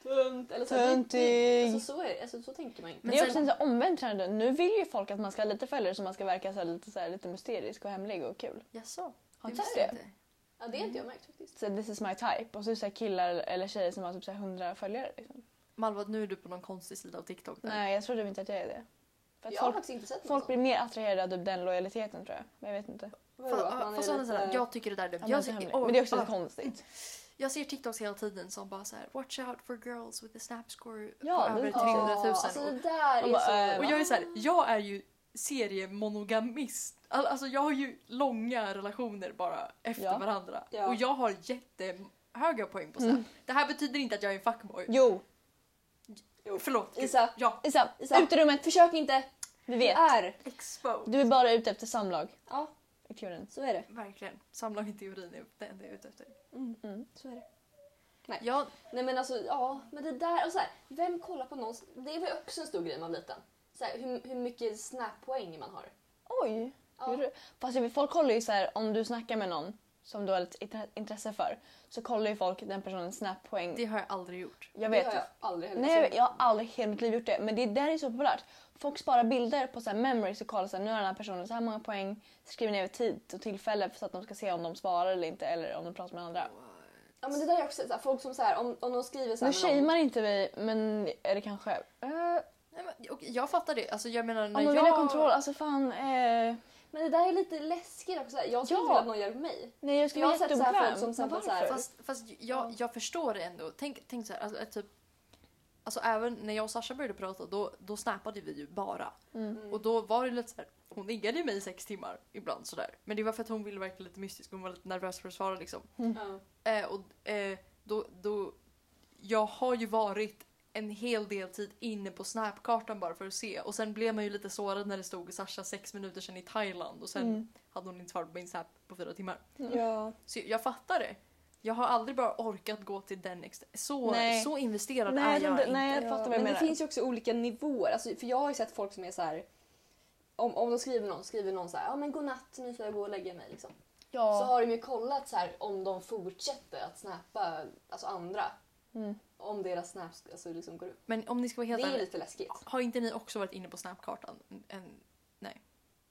Speaker 1: tunt. Eller så här, det- det-
Speaker 3: Töntig.
Speaker 1: Alltså, så, är, alltså, så tänker man inte.
Speaker 2: Men
Speaker 3: det är
Speaker 2: sen-
Speaker 3: också en sån här omvänd trend. nu. Nu vill ju folk att man ska ha lite följare så man ska verka så här, lite, så här, lite mysterisk och hemlig och kul.
Speaker 2: Jaså?
Speaker 3: Har
Speaker 2: Det
Speaker 3: inte
Speaker 2: visste
Speaker 3: det?
Speaker 2: jag inte.
Speaker 1: Ja, det har inte jag märkt faktiskt.
Speaker 3: Så här, this is my type. Och så är det så här killar eller tjejer som har typ så här 100 följare. Liksom.
Speaker 2: Malva, nu är du på någon konstig sida av TikTok. Där.
Speaker 3: Nej, jag tror typ inte att jag är det. För att
Speaker 1: Jag har
Speaker 3: folk,
Speaker 1: faktiskt inte sett
Speaker 3: folk
Speaker 1: något
Speaker 3: blir mer attraherade av typ den lojaliteten tror jag. Men jag vet inte.
Speaker 1: sånt.
Speaker 2: Fan,
Speaker 1: Vadå, att man
Speaker 2: fast å
Speaker 1: är
Speaker 2: andra sidan,
Speaker 1: lite-
Speaker 2: jag tycker det där är dumt.
Speaker 3: Att man är
Speaker 2: Jag,
Speaker 3: så
Speaker 2: ser-
Speaker 3: hemlig.
Speaker 2: åh,
Speaker 3: Men det är också
Speaker 2: ah,
Speaker 3: så konstigt.
Speaker 2: jag ser TikToks hela tiden som bara så här: watch out for girls with a snap score
Speaker 3: Ja,
Speaker 2: på över
Speaker 3: det-
Speaker 2: 300 000.
Speaker 1: Ja, Alltså det där
Speaker 3: Och
Speaker 1: är
Speaker 3: bara,
Speaker 1: så...
Speaker 3: äh,
Speaker 2: Och jag är så här, jag är ju seriemonogamist. All- Alltså jag har ju långa relationer bara efter
Speaker 3: Ja. Mm.
Speaker 2: varandra.
Speaker 1: Ja.
Speaker 2: Och jag har jättehöga poäng på Snap. Det här betyder inte att jag är en fuckboy.
Speaker 3: Jo!
Speaker 2: Förlåt.
Speaker 1: Isa,
Speaker 2: Ja,
Speaker 3: Isa,
Speaker 1: Isa.
Speaker 3: ut i rummet!
Speaker 1: försök inte.
Speaker 3: Vi
Speaker 1: Det
Speaker 3: vet.
Speaker 1: är.
Speaker 2: expo.
Speaker 3: Du är bara ute efter samlag
Speaker 1: Ja,
Speaker 3: i teorin.
Speaker 1: så är det.
Speaker 2: Verkligen. Samlag i teorin är det enda jag är ute efter.
Speaker 3: Mm.
Speaker 1: Så är det.
Speaker 2: Jag,
Speaker 1: Nej men alltså, ja, men det där och så här, vem kollar på någons... Det var ju också en stor grej när man var liten. så här, hur, hur mycket snap-poäng man har.
Speaker 3: Oj!
Speaker 1: Ja.
Speaker 3: Hur- Fast jag vet, folk kollar ju så här, om du snackar med någon som du har ett intre- intresse för så kollar ju folk den personens snappoäng.
Speaker 2: Det har jag aldrig gjort.
Speaker 3: Jag
Speaker 1: Det
Speaker 3: vet.
Speaker 1: har jag aldrig heller
Speaker 3: Nej,
Speaker 1: sett.
Speaker 3: jag har aldrig i hela mitt liv gjort det. Men det är där det är så populärt. Folk sparar bilder på så här memories och kollar så här, nu har den här personen så här många poäng. Skriver ner tid och tillfälle så att de ska se om de svarar eller inte eller om de pratar med andra.
Speaker 1: Ja, men det där är också så här, folk som så här, om, om de skriver så här
Speaker 3: Nu
Speaker 1: med någon-
Speaker 3: shamear inte vi men är det kanske... Eh,
Speaker 2: Nej, men, och jag fattar det. Alltså, jag menar, när
Speaker 3: om de vill
Speaker 2: jag...
Speaker 3: ha kontroll, alltså fan. Eh,
Speaker 1: Men det där är lite läskigt också. så här, Jag skulle
Speaker 3: Ja.
Speaker 1: inte vilja att någon gör mig.
Speaker 3: nej jag
Speaker 1: Jag
Speaker 3: skulle
Speaker 1: har
Speaker 3: vara
Speaker 1: sett så här folk som
Speaker 3: jätteobekväm.
Speaker 1: sen
Speaker 3: Men
Speaker 1: bara så här-
Speaker 3: varför?
Speaker 2: Fast, fast jag, jag förstår det ändå. Tänk, tänk så här, alltså, eh, typ, alltså även när jag och Sasha började prata då, då snappade vi ju bara.
Speaker 3: Mm.
Speaker 1: Mm.
Speaker 2: Och då var det lite så här, hon niggade ju mig i sex timmar ibland sådär. Men det var för att hon ville verka lite mystisk, hon var lite nervös för att svara liksom.
Speaker 1: Ja.
Speaker 2: Eh, och eh, då, då, jag har ju varit en hel del tid inne på snapkartan bara för att se. Och sen blev man ju lite sårad när det stod Sasha sex minuter sedan i Thailand och sen
Speaker 3: Mm.
Speaker 2: hade hon inte svarat på min snap på fyra timmar.
Speaker 3: Ja.
Speaker 2: Så jag fattar det. Jag har aldrig bara orkat gå till den extra... Så,
Speaker 3: Nej.
Speaker 2: så investerad
Speaker 3: Nej,
Speaker 2: är
Speaker 3: jag
Speaker 2: jag
Speaker 3: tror inte-
Speaker 2: inte.
Speaker 3: nej, jag
Speaker 1: Ja,
Speaker 3: fattar vad
Speaker 1: men
Speaker 3: jag
Speaker 1: det
Speaker 3: menar.
Speaker 1: finns ju också olika nivåer. Alltså, för jag har ju sett folk som är så här. Om, om de skriver någon, skriver någon så här, ja men godnatt nu ska jag gå och lägga mig liksom.
Speaker 3: Ja.
Speaker 1: Så har de ju kollat så här om de fortsätter att snappa alltså andra.
Speaker 3: Mm.
Speaker 1: Om deras snaps alltså, liksom går upp.
Speaker 2: Men om ni ska vara
Speaker 1: Det
Speaker 2: helt
Speaker 1: är
Speaker 2: ärliga,
Speaker 1: lite läskigt.
Speaker 2: har inte ni också varit inne på snapkartan? En, nej,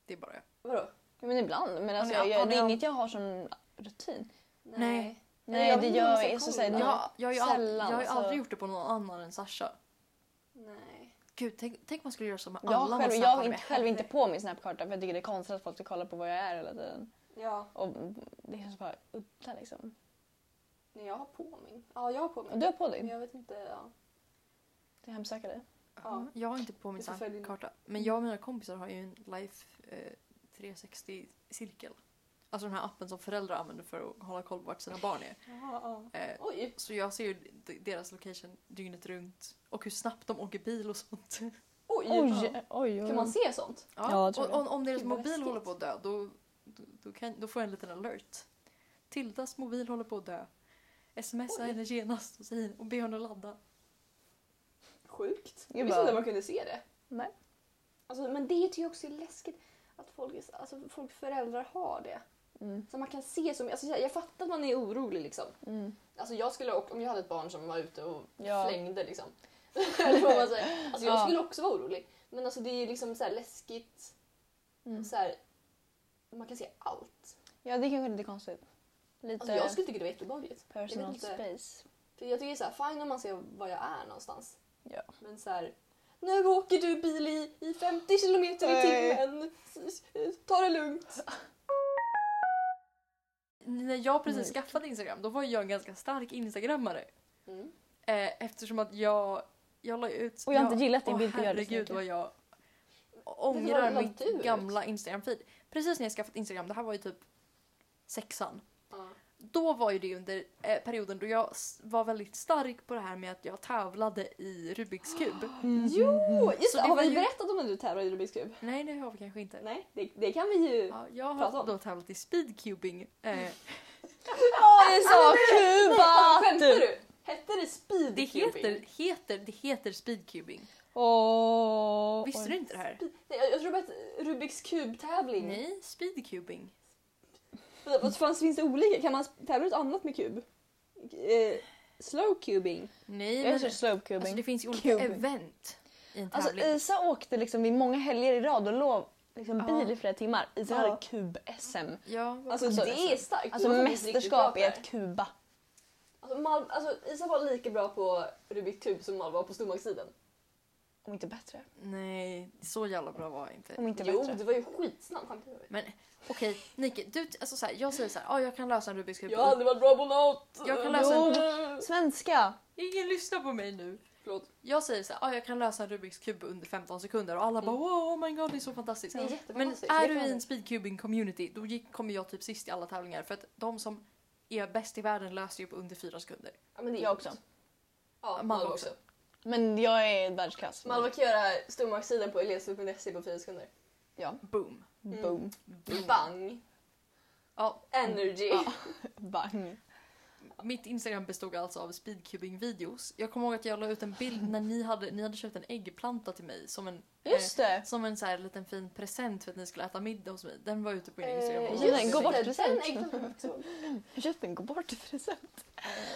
Speaker 2: det är bara jag.
Speaker 1: Vadå?
Speaker 3: Ja, men ibland. Men alltså,
Speaker 2: ni- har
Speaker 3: jag, jag,
Speaker 2: ni
Speaker 3: det är
Speaker 2: all-
Speaker 3: inget jag har som rutin.
Speaker 1: Nej.
Speaker 3: Nej,
Speaker 1: jag vet
Speaker 3: det
Speaker 1: inte om man
Speaker 3: gör
Speaker 1: ska
Speaker 3: jag inte. Så
Speaker 1: kolla.
Speaker 3: säger
Speaker 1: Ja.
Speaker 3: jag.
Speaker 2: Jag, jag, har ju all,
Speaker 3: sällan,
Speaker 2: jag har ju
Speaker 3: alltså.
Speaker 2: aldrig gjort det på någon annan än Sasha.
Speaker 1: Nej.
Speaker 2: Gud, tänk, tänk om man skulle göra så med alla
Speaker 3: Jag,
Speaker 2: man
Speaker 3: själv,
Speaker 2: snappar
Speaker 3: jag är
Speaker 2: med.
Speaker 3: inte, själv inte på min snapkarta för jag tycker det är konstigt att folk ska kolla på vad jag är hela tiden.
Speaker 1: Ja,
Speaker 3: Och det känns bara udda liksom.
Speaker 1: nej, jag har på min. Ja, jag har på
Speaker 3: Och
Speaker 1: min.
Speaker 3: du har på
Speaker 1: Men
Speaker 3: dig.
Speaker 1: jag vet inte. Ja.
Speaker 3: Jag hemsöker dig.
Speaker 1: Ja.
Speaker 2: Jag har inte på min
Speaker 1: Du får följa
Speaker 2: snapkarta. Men jag och mina kompisar har ju en Life eh, 360-cirkel. Alltså den här appen som föräldrar använder för att hålla koll på vart sina barn är. Eh,
Speaker 1: Oj.
Speaker 2: Så jag ser ju d- deras location dygnet runt och hur snabbt de åker bil och sånt.
Speaker 1: Oj.
Speaker 3: Oj, oj, oj.
Speaker 1: Kan man se sånt?
Speaker 3: Ja, jag tror
Speaker 2: och,
Speaker 3: det.
Speaker 2: om, om deras
Speaker 1: Gud, vad
Speaker 2: mobil
Speaker 1: läskigt.
Speaker 2: håller på att dö då, då, då, kan, då får jag en liten alert. Tildas mobil håller på att dö. Smsa
Speaker 1: Oj.
Speaker 2: henne genast och, säger, och be henne ladda.
Speaker 1: Sjukt.
Speaker 3: Jag
Speaker 1: Jag visste inte
Speaker 3: bara-
Speaker 1: att man kunde se det.
Speaker 3: Nej.
Speaker 1: Alltså, men det tycker jag också är läskigt. Att folk, är- alltså, folk föräldrar har det.
Speaker 3: Mm.
Speaker 1: Så man kan se som, alltså, jag, jag fattar att man är orolig liksom.
Speaker 3: Mm.
Speaker 1: Alltså, jag skulle, också- om jag hade ett barn som var ute och
Speaker 3: Ja.
Speaker 1: flängde liksom. Eller vad man säger. Alltså, jag
Speaker 3: Ja.
Speaker 1: skulle också vara orolig. Men alltså, det är ju liksom så här läskigt.
Speaker 3: Mm.
Speaker 1: Så här, man kan se allt.
Speaker 3: Ja, det är kanske lite konstigt. Lite
Speaker 1: Alltså, jag skulle tycka det var jätteobehagligt. jag
Speaker 3: personal
Speaker 1: vet inte.
Speaker 3: space.
Speaker 1: För jag tycker det är så här, fine om man ser var jag är någonstans.
Speaker 3: Ja.
Speaker 1: Men så här, nu åker du bil i, i 50 kilometer i
Speaker 3: Nej.
Speaker 1: timmen. S- s- Ta det lugnt.
Speaker 2: När jag precis
Speaker 3: Nej.
Speaker 2: skaffade Instagram då var jag en ganska stark instagrammare.
Speaker 1: Mm.
Speaker 2: Eh, eftersom att jag, jag la ut...
Speaker 3: Och jag har inte gillat din
Speaker 2: Åh,
Speaker 3: bild på Gördis
Speaker 2: Herregud
Speaker 3: mycket.
Speaker 2: vad jag
Speaker 1: Varför la
Speaker 2: ångrar mitt
Speaker 1: du ut?
Speaker 2: gamla Instagram-feed. Precis när jag skaffat Instagram, det här var ju typ sexan.
Speaker 1: Ja.
Speaker 2: Då var ju det under eh, perioden då jag s- var väldigt stark på det här med att jag tävlade i Rubiks kub.
Speaker 1: Jo, just
Speaker 2: Så
Speaker 1: det,
Speaker 2: det
Speaker 1: har
Speaker 2: var
Speaker 1: vi
Speaker 2: ju-
Speaker 1: berättat om när du tävlade i Rubiks kub?
Speaker 2: Nej, det har vi kanske inte.
Speaker 1: Nej, det, det kan vi ju.
Speaker 2: Ja, jag
Speaker 1: Prata
Speaker 2: har
Speaker 1: om. Mm.
Speaker 2: då tävlat i speedcubing. Eh,
Speaker 3: Åh, det är så kul!
Speaker 1: Fan,
Speaker 3: va?
Speaker 1: skämtar du? Hette det speed
Speaker 2: det,
Speaker 1: cubing?
Speaker 2: heter, heter, det heter speedcubing.
Speaker 3: Åh,
Speaker 2: Visste
Speaker 3: oj.
Speaker 2: du inte det här?
Speaker 1: Nej, jag, jag tror bara att Rubiks kub-tävling.
Speaker 2: Nej, speedcubing.
Speaker 1: Vad- Vad fan finns det olika? Kan man tävla ut annat med kub? Eh, slow cubing.
Speaker 2: Nej,
Speaker 3: Jag är
Speaker 2: men
Speaker 3: så slow cubing.
Speaker 2: alltså, det finns ju olika
Speaker 3: Cubing.
Speaker 2: event i en
Speaker 3: Alltså
Speaker 2: tävling.
Speaker 3: Isa åkte liksom vid många helger i rad och lov liksom
Speaker 2: Ja.
Speaker 3: bil i flera timmar. Isa
Speaker 1: Ja.
Speaker 3: hade kub-SM.
Speaker 2: ja, vad-
Speaker 1: Alltså,
Speaker 3: Alltså,
Speaker 1: det är starkt.
Speaker 3: Alltså
Speaker 1: Det var faktiskt riktigt bra
Speaker 3: mästerskap
Speaker 1: på
Speaker 3: i
Speaker 1: det.
Speaker 3: att kuba.
Speaker 1: Alltså, Mal, alltså, Isa var lika bra på Rubiks kub som Mal var på stormaktstiden.
Speaker 3: Om inte bättre.
Speaker 2: Nej, så jävla bra var jag inte.
Speaker 3: Om inte
Speaker 1: Jo,
Speaker 3: bättre.
Speaker 1: det var ju skitsnabbt. skämtar du?
Speaker 2: Men okej, Nike, du, alltså, så här, jag säger så här, ah, jag kan lösa en Rubiks kub.
Speaker 1: Jag har aldrig varit bra på något!
Speaker 2: Jag kan läsa en-
Speaker 1: Jo.
Speaker 3: Svenska!
Speaker 2: Ingen lyssnar på mig nu.
Speaker 1: Förlåt.
Speaker 2: Jag säger så här, ah, jag kan lösa en Rubiks kub under 15 sekunder och alla bara wow, oh my god det är så fantastiskt.
Speaker 1: Mm. Det är
Speaker 2: Men
Speaker 1: jättefantastiskt.
Speaker 2: är
Speaker 1: Det
Speaker 2: du
Speaker 1: kan
Speaker 2: i
Speaker 1: jag-
Speaker 2: en speedcubing community då gick- kommer jag typ sist i alla tävlingar för att de som är bäst i världen löser ju på under 4 sekunder.
Speaker 1: Ja, men det är
Speaker 3: Jag också.
Speaker 1: Ja,
Speaker 2: Mal
Speaker 1: Mal
Speaker 2: också.
Speaker 1: också.
Speaker 3: Men jag är världsklass.
Speaker 1: Malva kan göra stormaktstiden på elevstudio.se på fyra sekunder.
Speaker 2: Boom.
Speaker 1: Mm. Ah,
Speaker 3: Boom.
Speaker 2: Boom.
Speaker 1: Bang!
Speaker 2: Ja,
Speaker 1: Energy!
Speaker 3: Bang.
Speaker 2: Mitt Instagram bestod alltså av speedcubing-videos. Jag kommer ihåg att jag la ut en bild när ni hade, ni hade köpt en äggplanta till mig som en, eh,
Speaker 3: Just det!
Speaker 2: som en så här liten fin present för att ni skulle äta middag hos mig. Den var ute på min Instagram.
Speaker 1: Eh,
Speaker 3: just
Speaker 2: Och-
Speaker 3: det, gå bort present.
Speaker 1: present.
Speaker 3: Köp en gå bort present.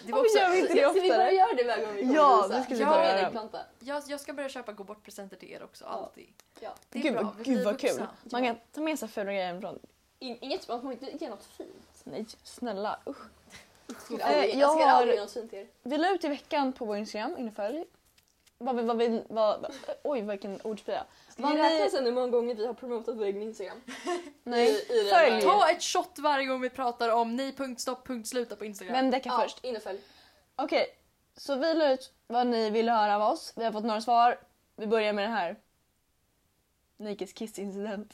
Speaker 2: det var
Speaker 3: Varför gör vi
Speaker 2: också,
Speaker 3: inte det
Speaker 1: Ska vi börja
Speaker 3: oftare?
Speaker 1: göra det varje gång vi kommer
Speaker 3: Ja,
Speaker 1: till Rosa?
Speaker 3: det ska vi
Speaker 1: Jag har
Speaker 2: börja
Speaker 1: en
Speaker 3: göra.
Speaker 1: äggplanta.
Speaker 2: jag, jag ska börja köpa gå bort-presenter till er också,
Speaker 1: Ja.
Speaker 2: alltid.
Speaker 1: Ja.
Speaker 2: Det är
Speaker 3: Gud,
Speaker 2: bra.
Speaker 3: vad-
Speaker 2: vi
Speaker 3: gud
Speaker 2: blir
Speaker 3: vad kul.
Speaker 2: vuxna.
Speaker 3: Man kan ta med sig fula grejer hemifrån.
Speaker 1: In- Inget man får inte ge något fint.
Speaker 3: Nej, snälla usch.
Speaker 1: Jag skulle aldrig-
Speaker 3: Eh,
Speaker 1: Jag ska
Speaker 3: jag
Speaker 1: aldrig
Speaker 3: har-
Speaker 1: ge något fint till er.
Speaker 3: Vi la ut i veckan på vår Instagram, in och följ. Vad vi, vad vi, vad, oj vilken ordspya.
Speaker 1: Ska
Speaker 3: Vad
Speaker 1: vi
Speaker 3: ni-
Speaker 1: räkna sen hur många gånger vi har promotat vår egen Instagram?
Speaker 3: Nej.
Speaker 1: I, i den
Speaker 3: Följ.
Speaker 1: här-
Speaker 2: Ta ett shot varje gång vi pratar om nej, punkt, stopp, punkt, sluta på Instagram.
Speaker 3: Vem däckar
Speaker 1: Ja,
Speaker 3: först?
Speaker 1: in och följ.
Speaker 3: Okej, så vi la ut vad ni ville höra av oss. Vi har fått några svar. Vi börjar med det här. Nikes kissincident.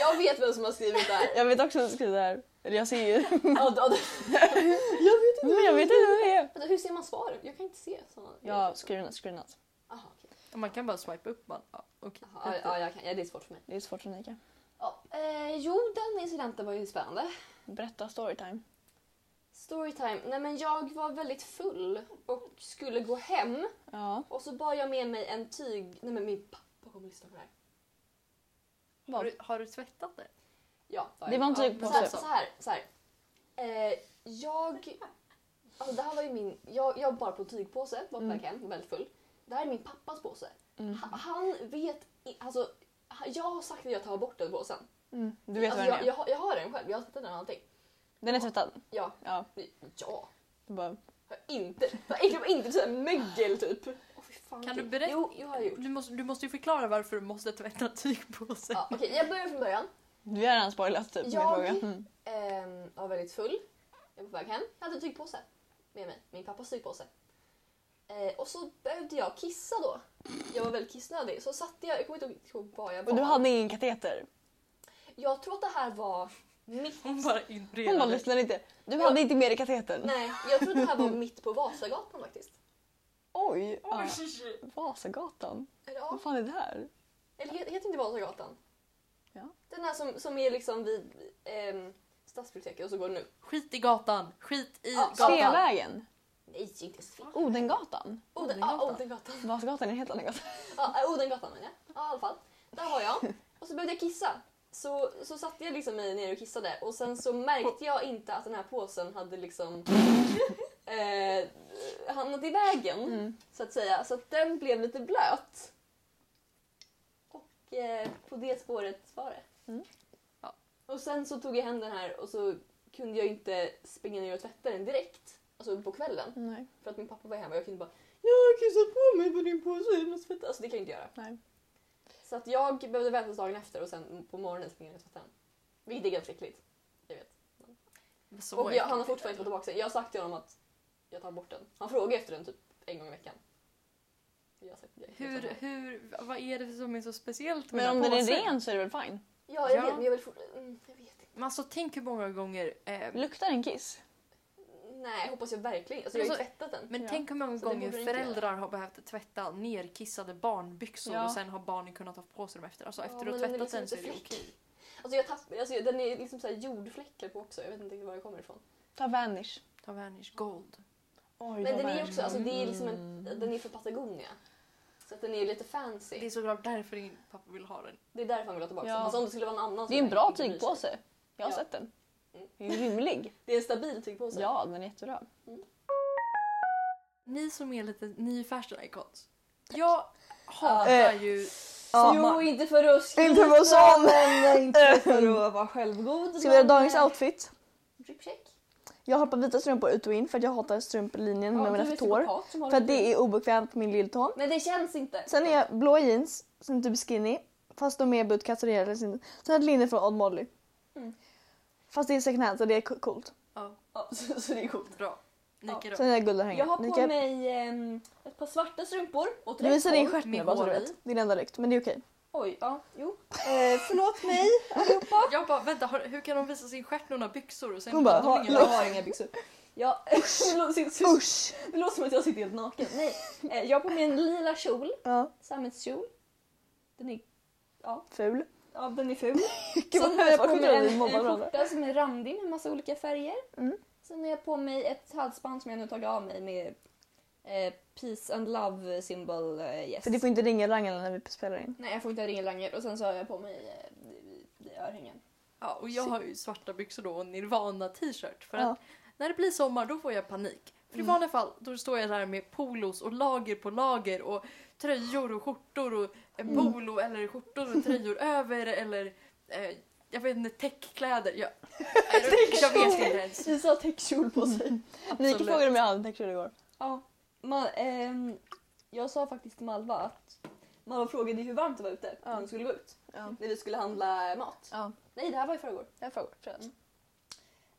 Speaker 1: Jag vet vem som har skrivit det här.
Speaker 3: Jag vet också att du skriver det här. Eller jag ser ju.
Speaker 1: Ja, då- då-
Speaker 3: Men jag vet inte vad det är.
Speaker 1: Vänta, Hur ser man svar? Jag kan inte se sådana.
Speaker 3: Jag har screenat, screenat.
Speaker 1: Aha, okej.
Speaker 2: Man kan bara swipa upp. Man. Ja, okej.
Speaker 1: Aha, ja, ja, jag kan. Ja, det är svårt för mig.
Speaker 3: Det är svårt för Nika.
Speaker 1: Ja. Eh, jo, den incidenten var ju spännande.
Speaker 3: Berätta storytime.
Speaker 1: Storytime. Nej men jag var väldigt full och skulle gå hem
Speaker 3: Ja.
Speaker 1: och så bar jag med mig en tyg... Nej men min pappa kommer lyssna på det här.
Speaker 2: Har, du, har du tvättat det?
Speaker 1: Ja, alltså- det, har
Speaker 3: Det
Speaker 1: jag.
Speaker 3: var en typ
Speaker 2: Ja,
Speaker 1: så här,
Speaker 3: tygpåse.
Speaker 1: så här, så här. Eh, jag... Alltså det här var ju min... Jag, jag bar på en tygpåse, var på väg hem, väldigt full. Det här är min pappas påse.
Speaker 3: Mm.
Speaker 1: Ha- Han vet... i- Alltså, ha- jag har sagt att jag tar bort den påsen.
Speaker 3: Mm. Du vet
Speaker 1: alltså,
Speaker 3: vad
Speaker 1: jag,
Speaker 3: den är.
Speaker 1: jag, har- jag har den själv, jag har tvättat den och allting.
Speaker 3: Den är tvättad.
Speaker 1: Ja,
Speaker 3: Ja.
Speaker 1: ja.
Speaker 3: Du bara...
Speaker 1: Har jag Inte, det var- det var inte såhär mögel typ. Åh, fy fan,
Speaker 2: Kan du
Speaker 1: typ.
Speaker 2: berätta-
Speaker 1: Jo, jag har jag gjort.
Speaker 2: Du måste, du måste ju förklara varför du måste tvätta tygpåsen.
Speaker 1: Ja, Okej, jag börjar från början.
Speaker 3: Vi har redan spoilat typ
Speaker 1: Jag-
Speaker 3: med frågan. Mm.
Speaker 1: Ehm, jag var väldigt full. Jag var på väg hem. Jag hade en tygpåse med mig. Min pappas tygpåse. Eh, och så behövde jag kissa då. Jag var väldigt kissnödig. Så satte jag, jag kommer inte ihåg vad jag var.
Speaker 3: Och du hade ingen kateter.
Speaker 1: Jag tror att det här var mitt...
Speaker 2: Hon bara
Speaker 3: Hon bara
Speaker 2: inbredade.
Speaker 3: lyssnar inte. Du hade inte med dig katetern.
Speaker 1: Nej, jag tror att det här var mitt på Vasagatan faktiskt.
Speaker 3: Oj! Ja. Vasagatan?
Speaker 1: Eller, ja.
Speaker 3: Vad fan är det här?
Speaker 1: Eller het- heter inte Vasagatan?
Speaker 3: Ja.
Speaker 1: Den här som, som är liksom vid ehm, Stadsbiblioteket och så går den upp.
Speaker 2: Skit i gatan. Skit i
Speaker 1: Ja,
Speaker 2: gatan.
Speaker 1: fel.
Speaker 3: Sveavägen?
Speaker 1: Nej, det är inte så fel.
Speaker 3: Odengatan?
Speaker 1: Oden,
Speaker 2: Odengatan.
Speaker 1: ja, Odengatan.
Speaker 3: Vasagatan är en helt annan gata.
Speaker 1: Ja, eh, Odengatan menar jag. Ja, i alla fall. Där var jag. Och så behövde jag kissa. Så, så satte jag liksom mig ner och kissade och sen så märkte jag inte att den här påsen hade liksom eh, hamnat i vägen
Speaker 3: Mm.
Speaker 1: så att säga. Så att den blev lite blöt. Och eh, på det spåret var det.
Speaker 3: Mm.
Speaker 2: Ja.
Speaker 1: Och sen så tog jag hem den här och så kunde jag inte springa ner och tvätta den direkt. Alltså på kvällen.
Speaker 3: Nej.
Speaker 1: För att min pappa var hemma och jag kunde bara Jag har kissat på mig på din påse, jag måste tvätta. Alltså det kan jag inte göra.
Speaker 3: Nej.
Speaker 1: Så att jag behövde vänta tills dagen efter och sen på morgonen springa ner och tvätta den. Vilket är ganska äckligt. Jag vet.
Speaker 2: Så
Speaker 1: och jag, han har
Speaker 2: äckligt.
Speaker 1: fortfarande inte fått tillbaka den. Jag har sagt till honom att jag tar bort den. Han frågar efter den typ en gång i veckan. Jag har sagt, jag
Speaker 2: Hur, hur, vad är det som är så speciellt med
Speaker 3: Men om den är
Speaker 2: påsen?
Speaker 3: ren så är det väl fine?
Speaker 1: Ja, jag
Speaker 2: Ja.
Speaker 1: vet men jag vill fort... mm, Jag vet inte.
Speaker 2: Men alltså tänk hur många gånger... Eh,
Speaker 3: Luktar en kiss?
Speaker 1: Nej, hoppas jag verkligen. Alltså jag har ju tvättat den.
Speaker 2: men
Speaker 3: Ja.
Speaker 2: tänk hur många
Speaker 1: Så det
Speaker 2: gånger
Speaker 1: borde du inte
Speaker 2: föräldrar har behövt tvätta nerkissade barnbyxor
Speaker 3: Ja.
Speaker 2: och sen har barnen kunnat ha på sig dem efter. Alltså
Speaker 1: Ja,
Speaker 2: efter
Speaker 1: men
Speaker 2: att
Speaker 1: den är
Speaker 2: tvättat den,
Speaker 1: liksom
Speaker 2: så är
Speaker 1: inte
Speaker 2: det okej.
Speaker 1: Alltså, jag tapp, alltså den är liksom så här jordfläckar på också. Jag vet inte var det kommer ifrån.
Speaker 3: Ta Vanish.
Speaker 2: Ta Vanish Gold.
Speaker 3: Oj,
Speaker 1: Men
Speaker 3: ta
Speaker 1: den är
Speaker 3: Vanish.
Speaker 1: också, alltså det är liksom en,
Speaker 3: Mm.
Speaker 1: den är för Patagonia. Så att den är lite fancy.
Speaker 2: Det är såklart därför din pappa vill ha den.
Speaker 1: Det är därför han vill ha tillbaka
Speaker 3: Ja.
Speaker 1: den. Alltså om det skulle vara en annan
Speaker 3: Det är en
Speaker 1: som
Speaker 3: bra
Speaker 1: inte bryr sig.
Speaker 3: tygpåse. Jag har
Speaker 1: Ja.
Speaker 3: sett den.
Speaker 1: Mm.
Speaker 3: Den är rymlig.
Speaker 1: Det är en stabil tygpåse.
Speaker 3: Ja, den är jättebra.
Speaker 2: Ni som är lite, ni är fashion icons. Jag hatar
Speaker 3: Eh,
Speaker 2: ju
Speaker 3: ja.
Speaker 1: Jo, inte för att skryta,
Speaker 3: Inte för att vara sån.
Speaker 1: men inte för att vara självgod.
Speaker 3: Ska vi göra dagens outfit?
Speaker 1: Dripcheck.
Speaker 3: Jag har på vita strumpor ut och in för att jag hatar strumplinjen med mina tår. För att det är obekvämt på min lilltå.
Speaker 1: Men det känns inte.
Speaker 3: Sen är jag blå jeans som är typ skinny. Fast de är bootcuts och det gäller inte. Sen har jag ett linne från Odd Molly.
Speaker 1: Mm.
Speaker 3: Fast det är second hand så det är co- coolt.
Speaker 2: Ja,
Speaker 1: Ja, så, så det är coolt.
Speaker 2: bra. Nika
Speaker 3: Sen
Speaker 2: då.
Speaker 3: har jag guldörhängen.
Speaker 1: Jag har på
Speaker 3: Nika,
Speaker 1: mig ehm, ett par svarta strumpor. åt
Speaker 3: Du
Speaker 1: rätt
Speaker 3: visar din
Speaker 1: håll,
Speaker 3: stjärt nu
Speaker 1: med
Speaker 3: bara så
Speaker 1: hår
Speaker 3: du
Speaker 1: i.
Speaker 3: vet. Din enda lykt. Men det är okej.
Speaker 1: Oj, ja, jo. Eh, förlåt mig allihopa.
Speaker 2: Jag bara, vänta, har, hur kan de visa sin stjärt när hon har byxor och sen
Speaker 3: Hon bara,
Speaker 2: har de
Speaker 3: ha-
Speaker 2: inga
Speaker 1: Jag
Speaker 2: byxor?
Speaker 1: har inga byxor. Ja, det, låter,
Speaker 3: Usch!
Speaker 1: det låter som att jag sitter helt naken. Nej, eh, jag har på mig en lila kjol.
Speaker 3: Ja,
Speaker 1: Sammetskjol. Den är,
Speaker 3: ful.
Speaker 1: ja, den är ful.
Speaker 3: Gud,
Speaker 1: Sen
Speaker 3: vad
Speaker 1: har jag
Speaker 3: varför
Speaker 1: på mig
Speaker 3: gör vi
Speaker 1: en,
Speaker 3: mobbar
Speaker 1: en
Speaker 3: varandra?
Speaker 1: skjorta som är randig med massa olika färger.
Speaker 3: Mm.
Speaker 1: Sen har jag på mig ett halsband som jag nu tagit av mig med eh, Peace and Love symbol eh, yes.
Speaker 3: För det får inte ringa Rangela när vi spelar in.
Speaker 1: Nej, jag får inte ha ringelangel och sen så har jag på mig eh, d- d- örhängen.
Speaker 2: Ja, och jag har ju svarta byxor då och Nirvana t-shirt. För
Speaker 3: Ja.
Speaker 2: att när det blir sommar då får jag panik. För
Speaker 1: Mm.
Speaker 2: i vanliga fall då står jag där med polos och lager på lager och tröjor och skjortor och eh,
Speaker 1: Mm.
Speaker 2: polo eller skjortor och tröjor över eller eh, jag vet inte, täckkläder. Jag, jag vet inte ens.
Speaker 1: Lisa har täckkjol på sig.
Speaker 3: Nike
Speaker 2: Absolut.
Speaker 3: frågade om jag hade täckkjol igår.
Speaker 1: Ja. Man, ehm, jag sa faktiskt till Malva att Malva frågade ju hur varmt det var ute när hon skulle gå ut.
Speaker 3: Ja.
Speaker 1: När vi skulle handla mat.
Speaker 3: Ja.
Speaker 1: Nej, det här var i förrgår.
Speaker 3: Jag frågar. förlåt.
Speaker 1: Mm.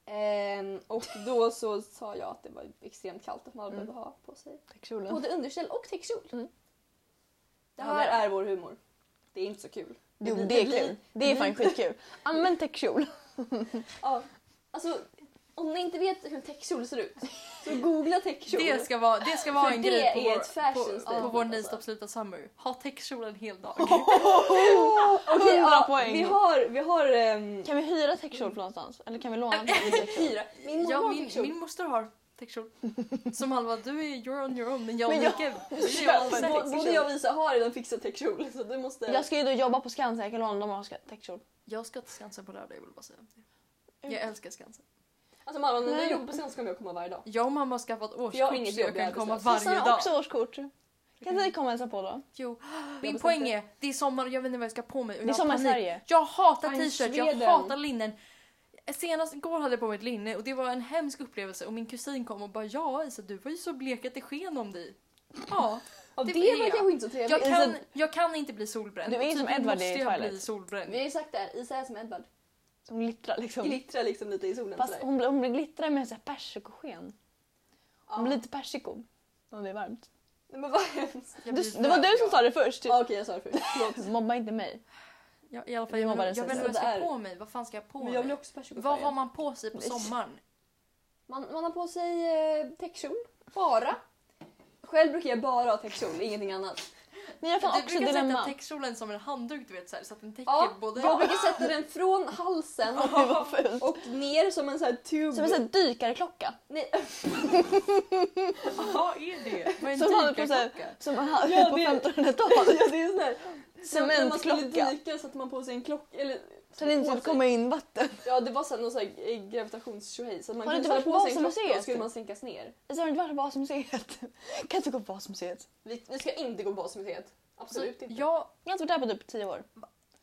Speaker 1: Ehm, och då så sa jag att det var extremt kallt och Malva behövde ha på sig
Speaker 3: Täckkjolen.
Speaker 1: både underställ och täckkjol.
Speaker 3: Mm.
Speaker 1: Det här är vår humor. Det är inte så kul.
Speaker 3: Jo,
Speaker 1: blir-
Speaker 3: det är
Speaker 1: det blir-
Speaker 3: kul. Det är fan skitkul. Använd täckkjol.
Speaker 1: Ja, alltså om ni inte vet hur täckkjol ser ut så googla täckkjol.
Speaker 2: Det ska vara, det ska vara
Speaker 1: För
Speaker 2: en
Speaker 1: det
Speaker 2: grej på
Speaker 1: är
Speaker 2: vår,
Speaker 1: ett fashion
Speaker 2: på, på
Speaker 1: statement,
Speaker 2: vår
Speaker 1: alltså.
Speaker 2: Nystop Sluta Summer. Ha täckkjol en hel dag.
Speaker 1: Okej,
Speaker 3: 100 poäng.
Speaker 1: Vi har, vi har ehm,
Speaker 3: Kan vi hyra täckkjol från någonstans? Eller kan vi låna täckkjol?
Speaker 1: hyra. Min mormor
Speaker 2: Ja,
Speaker 1: har
Speaker 2: min,
Speaker 1: täckkjol.
Speaker 2: min moster har täckkjol. Som Alva, du är you're on your own men jag och
Speaker 3: Men jag-
Speaker 2: Mikael, vi är
Speaker 3: köper
Speaker 2: all
Speaker 1: Alltså,
Speaker 2: set.
Speaker 1: bo-
Speaker 3: täckkjol.
Speaker 1: Både jag och Lisa har redan fixat täckkjol så du måste...
Speaker 3: Jag ska ju då jobba på Skansen, jag kan låna dem och ha ska- täckkjol.
Speaker 2: Jag ska till Skansen på lördag, jag vill bara säga det.
Speaker 3: Ja.
Speaker 2: Jag älskar Skansen.
Speaker 1: Alltså Malva, när
Speaker 3: Nej.
Speaker 1: du jobbar på Skansen kommer jag komma varje dag.
Speaker 2: Jag och mamma har skaffat årskort
Speaker 1: Jag har inget
Speaker 2: så jag
Speaker 1: jobb,
Speaker 2: kan
Speaker 1: jag
Speaker 2: komma
Speaker 1: bestämmer.
Speaker 2: varje
Speaker 3: Susanne
Speaker 2: dag.
Speaker 3: har också årskort. Kan inte ni komma och hälsa på då?
Speaker 2: Jo. Min
Speaker 1: bestämmer.
Speaker 2: poäng är, det är sommar och jag vet inte vad jag ska ha på mig. och
Speaker 3: Det är
Speaker 2: jag har
Speaker 3: sommar i
Speaker 2: panik.
Speaker 3: Sverige.
Speaker 2: Jag hatar
Speaker 1: Fan,
Speaker 2: t-shirt, jag
Speaker 1: Sweden.
Speaker 2: hatar linnen. Senast igår hade jag på mig ett linne och det var en hemsk upplevelse och min kusin kom och bara ja Isa du var ju så blek att det sken om dig. Ja,
Speaker 1: Ja,
Speaker 2: Det
Speaker 1: det,
Speaker 2: är
Speaker 1: var
Speaker 2: jag.
Speaker 1: kanske inte så trevligt.
Speaker 2: jag kan,
Speaker 1: Isa,
Speaker 2: jag kan inte bli solbränd.
Speaker 3: alltså, Du är ju som
Speaker 2: Tydligen
Speaker 3: Edward i
Speaker 2: måste jag bli
Speaker 3: Twilight.
Speaker 1: vi
Speaker 2: solbränd.
Speaker 1: har ju sagt det här, Isa är som Edvard.
Speaker 3: Som glittrar liksom.
Speaker 1: Glittrar liksom lite i solen.
Speaker 3: Fast
Speaker 1: sådär.
Speaker 3: hon, blir- hon blir glittrar med så här persikosken.
Speaker 1: Ja.
Speaker 3: Hon blir lite persiko. Om det är varmt.
Speaker 1: Nej, men vad hemskt.
Speaker 2: Jag
Speaker 3: Du,
Speaker 2: blir
Speaker 3: det var
Speaker 2: röd,
Speaker 3: du som
Speaker 2: jag.
Speaker 3: sa det först. typ.
Speaker 1: Ja, Okej, jag sa det förut. Förlåt.
Speaker 3: Mobba inte mig.
Speaker 2: Ja, i alla fall,
Speaker 3: Vi
Speaker 2: jag,
Speaker 3: mobbar
Speaker 2: jag,
Speaker 3: den
Speaker 2: jag vet inte
Speaker 1: sista.
Speaker 2: vad jag ska
Speaker 1: Det är-
Speaker 2: ha på mig. Vad fan ska jag ha på
Speaker 1: Men jag vill
Speaker 2: mig?
Speaker 1: också persikofärgen.
Speaker 2: Vad har man på sig på
Speaker 3: Nej.
Speaker 2: sommaren?
Speaker 1: man... man har på sig eh, täckkjol. Bara. Själv brukar jag bara ha täckkjol, ingenting annat.
Speaker 3: Ni har fan
Speaker 2: Du
Speaker 3: också
Speaker 2: brukar sätta
Speaker 3: dilemma.
Speaker 2: täckkjolen som en handduk du vet så, här, så att den täcker
Speaker 1: Ja,
Speaker 2: både...
Speaker 1: jag brukar sätta den från halsen
Speaker 3: Oj, vad fult.
Speaker 1: och ner som en sån här tub.
Speaker 3: Som en sån här dykarklocka.
Speaker 1: Nej,
Speaker 2: Vad är det? Vad är en
Speaker 3: Som hade på så här-
Speaker 2: dykarklocka?
Speaker 3: Som man hade
Speaker 1: Ja,
Speaker 3: på
Speaker 1: det-
Speaker 3: 1500-talet.
Speaker 1: ja, det är en sån här När man skulle
Speaker 3: Cementklocka.
Speaker 1: dyka satte man på sig en klocka. Eller,
Speaker 3: Så det inte skulle komma in vatten.
Speaker 1: Ja, det var så här, någon sån här eh, gravitationstjohej. Så att man
Speaker 3: Har det
Speaker 1: kunde
Speaker 3: inte
Speaker 1: sätta på sig
Speaker 3: varit
Speaker 1: en klocka
Speaker 3: Vasamuseet?
Speaker 1: och skulle man sänkas ner.
Speaker 3: Så Alltså, har det inte varit Vasamuseet. Kan inte gå på Vasamuseet.
Speaker 1: Vi, vi ska inte gå på Basmuseet. Absolut
Speaker 2: Så
Speaker 1: inte.
Speaker 2: Jag,
Speaker 3: Alltså, Jag har inte varit där på typ 10 år.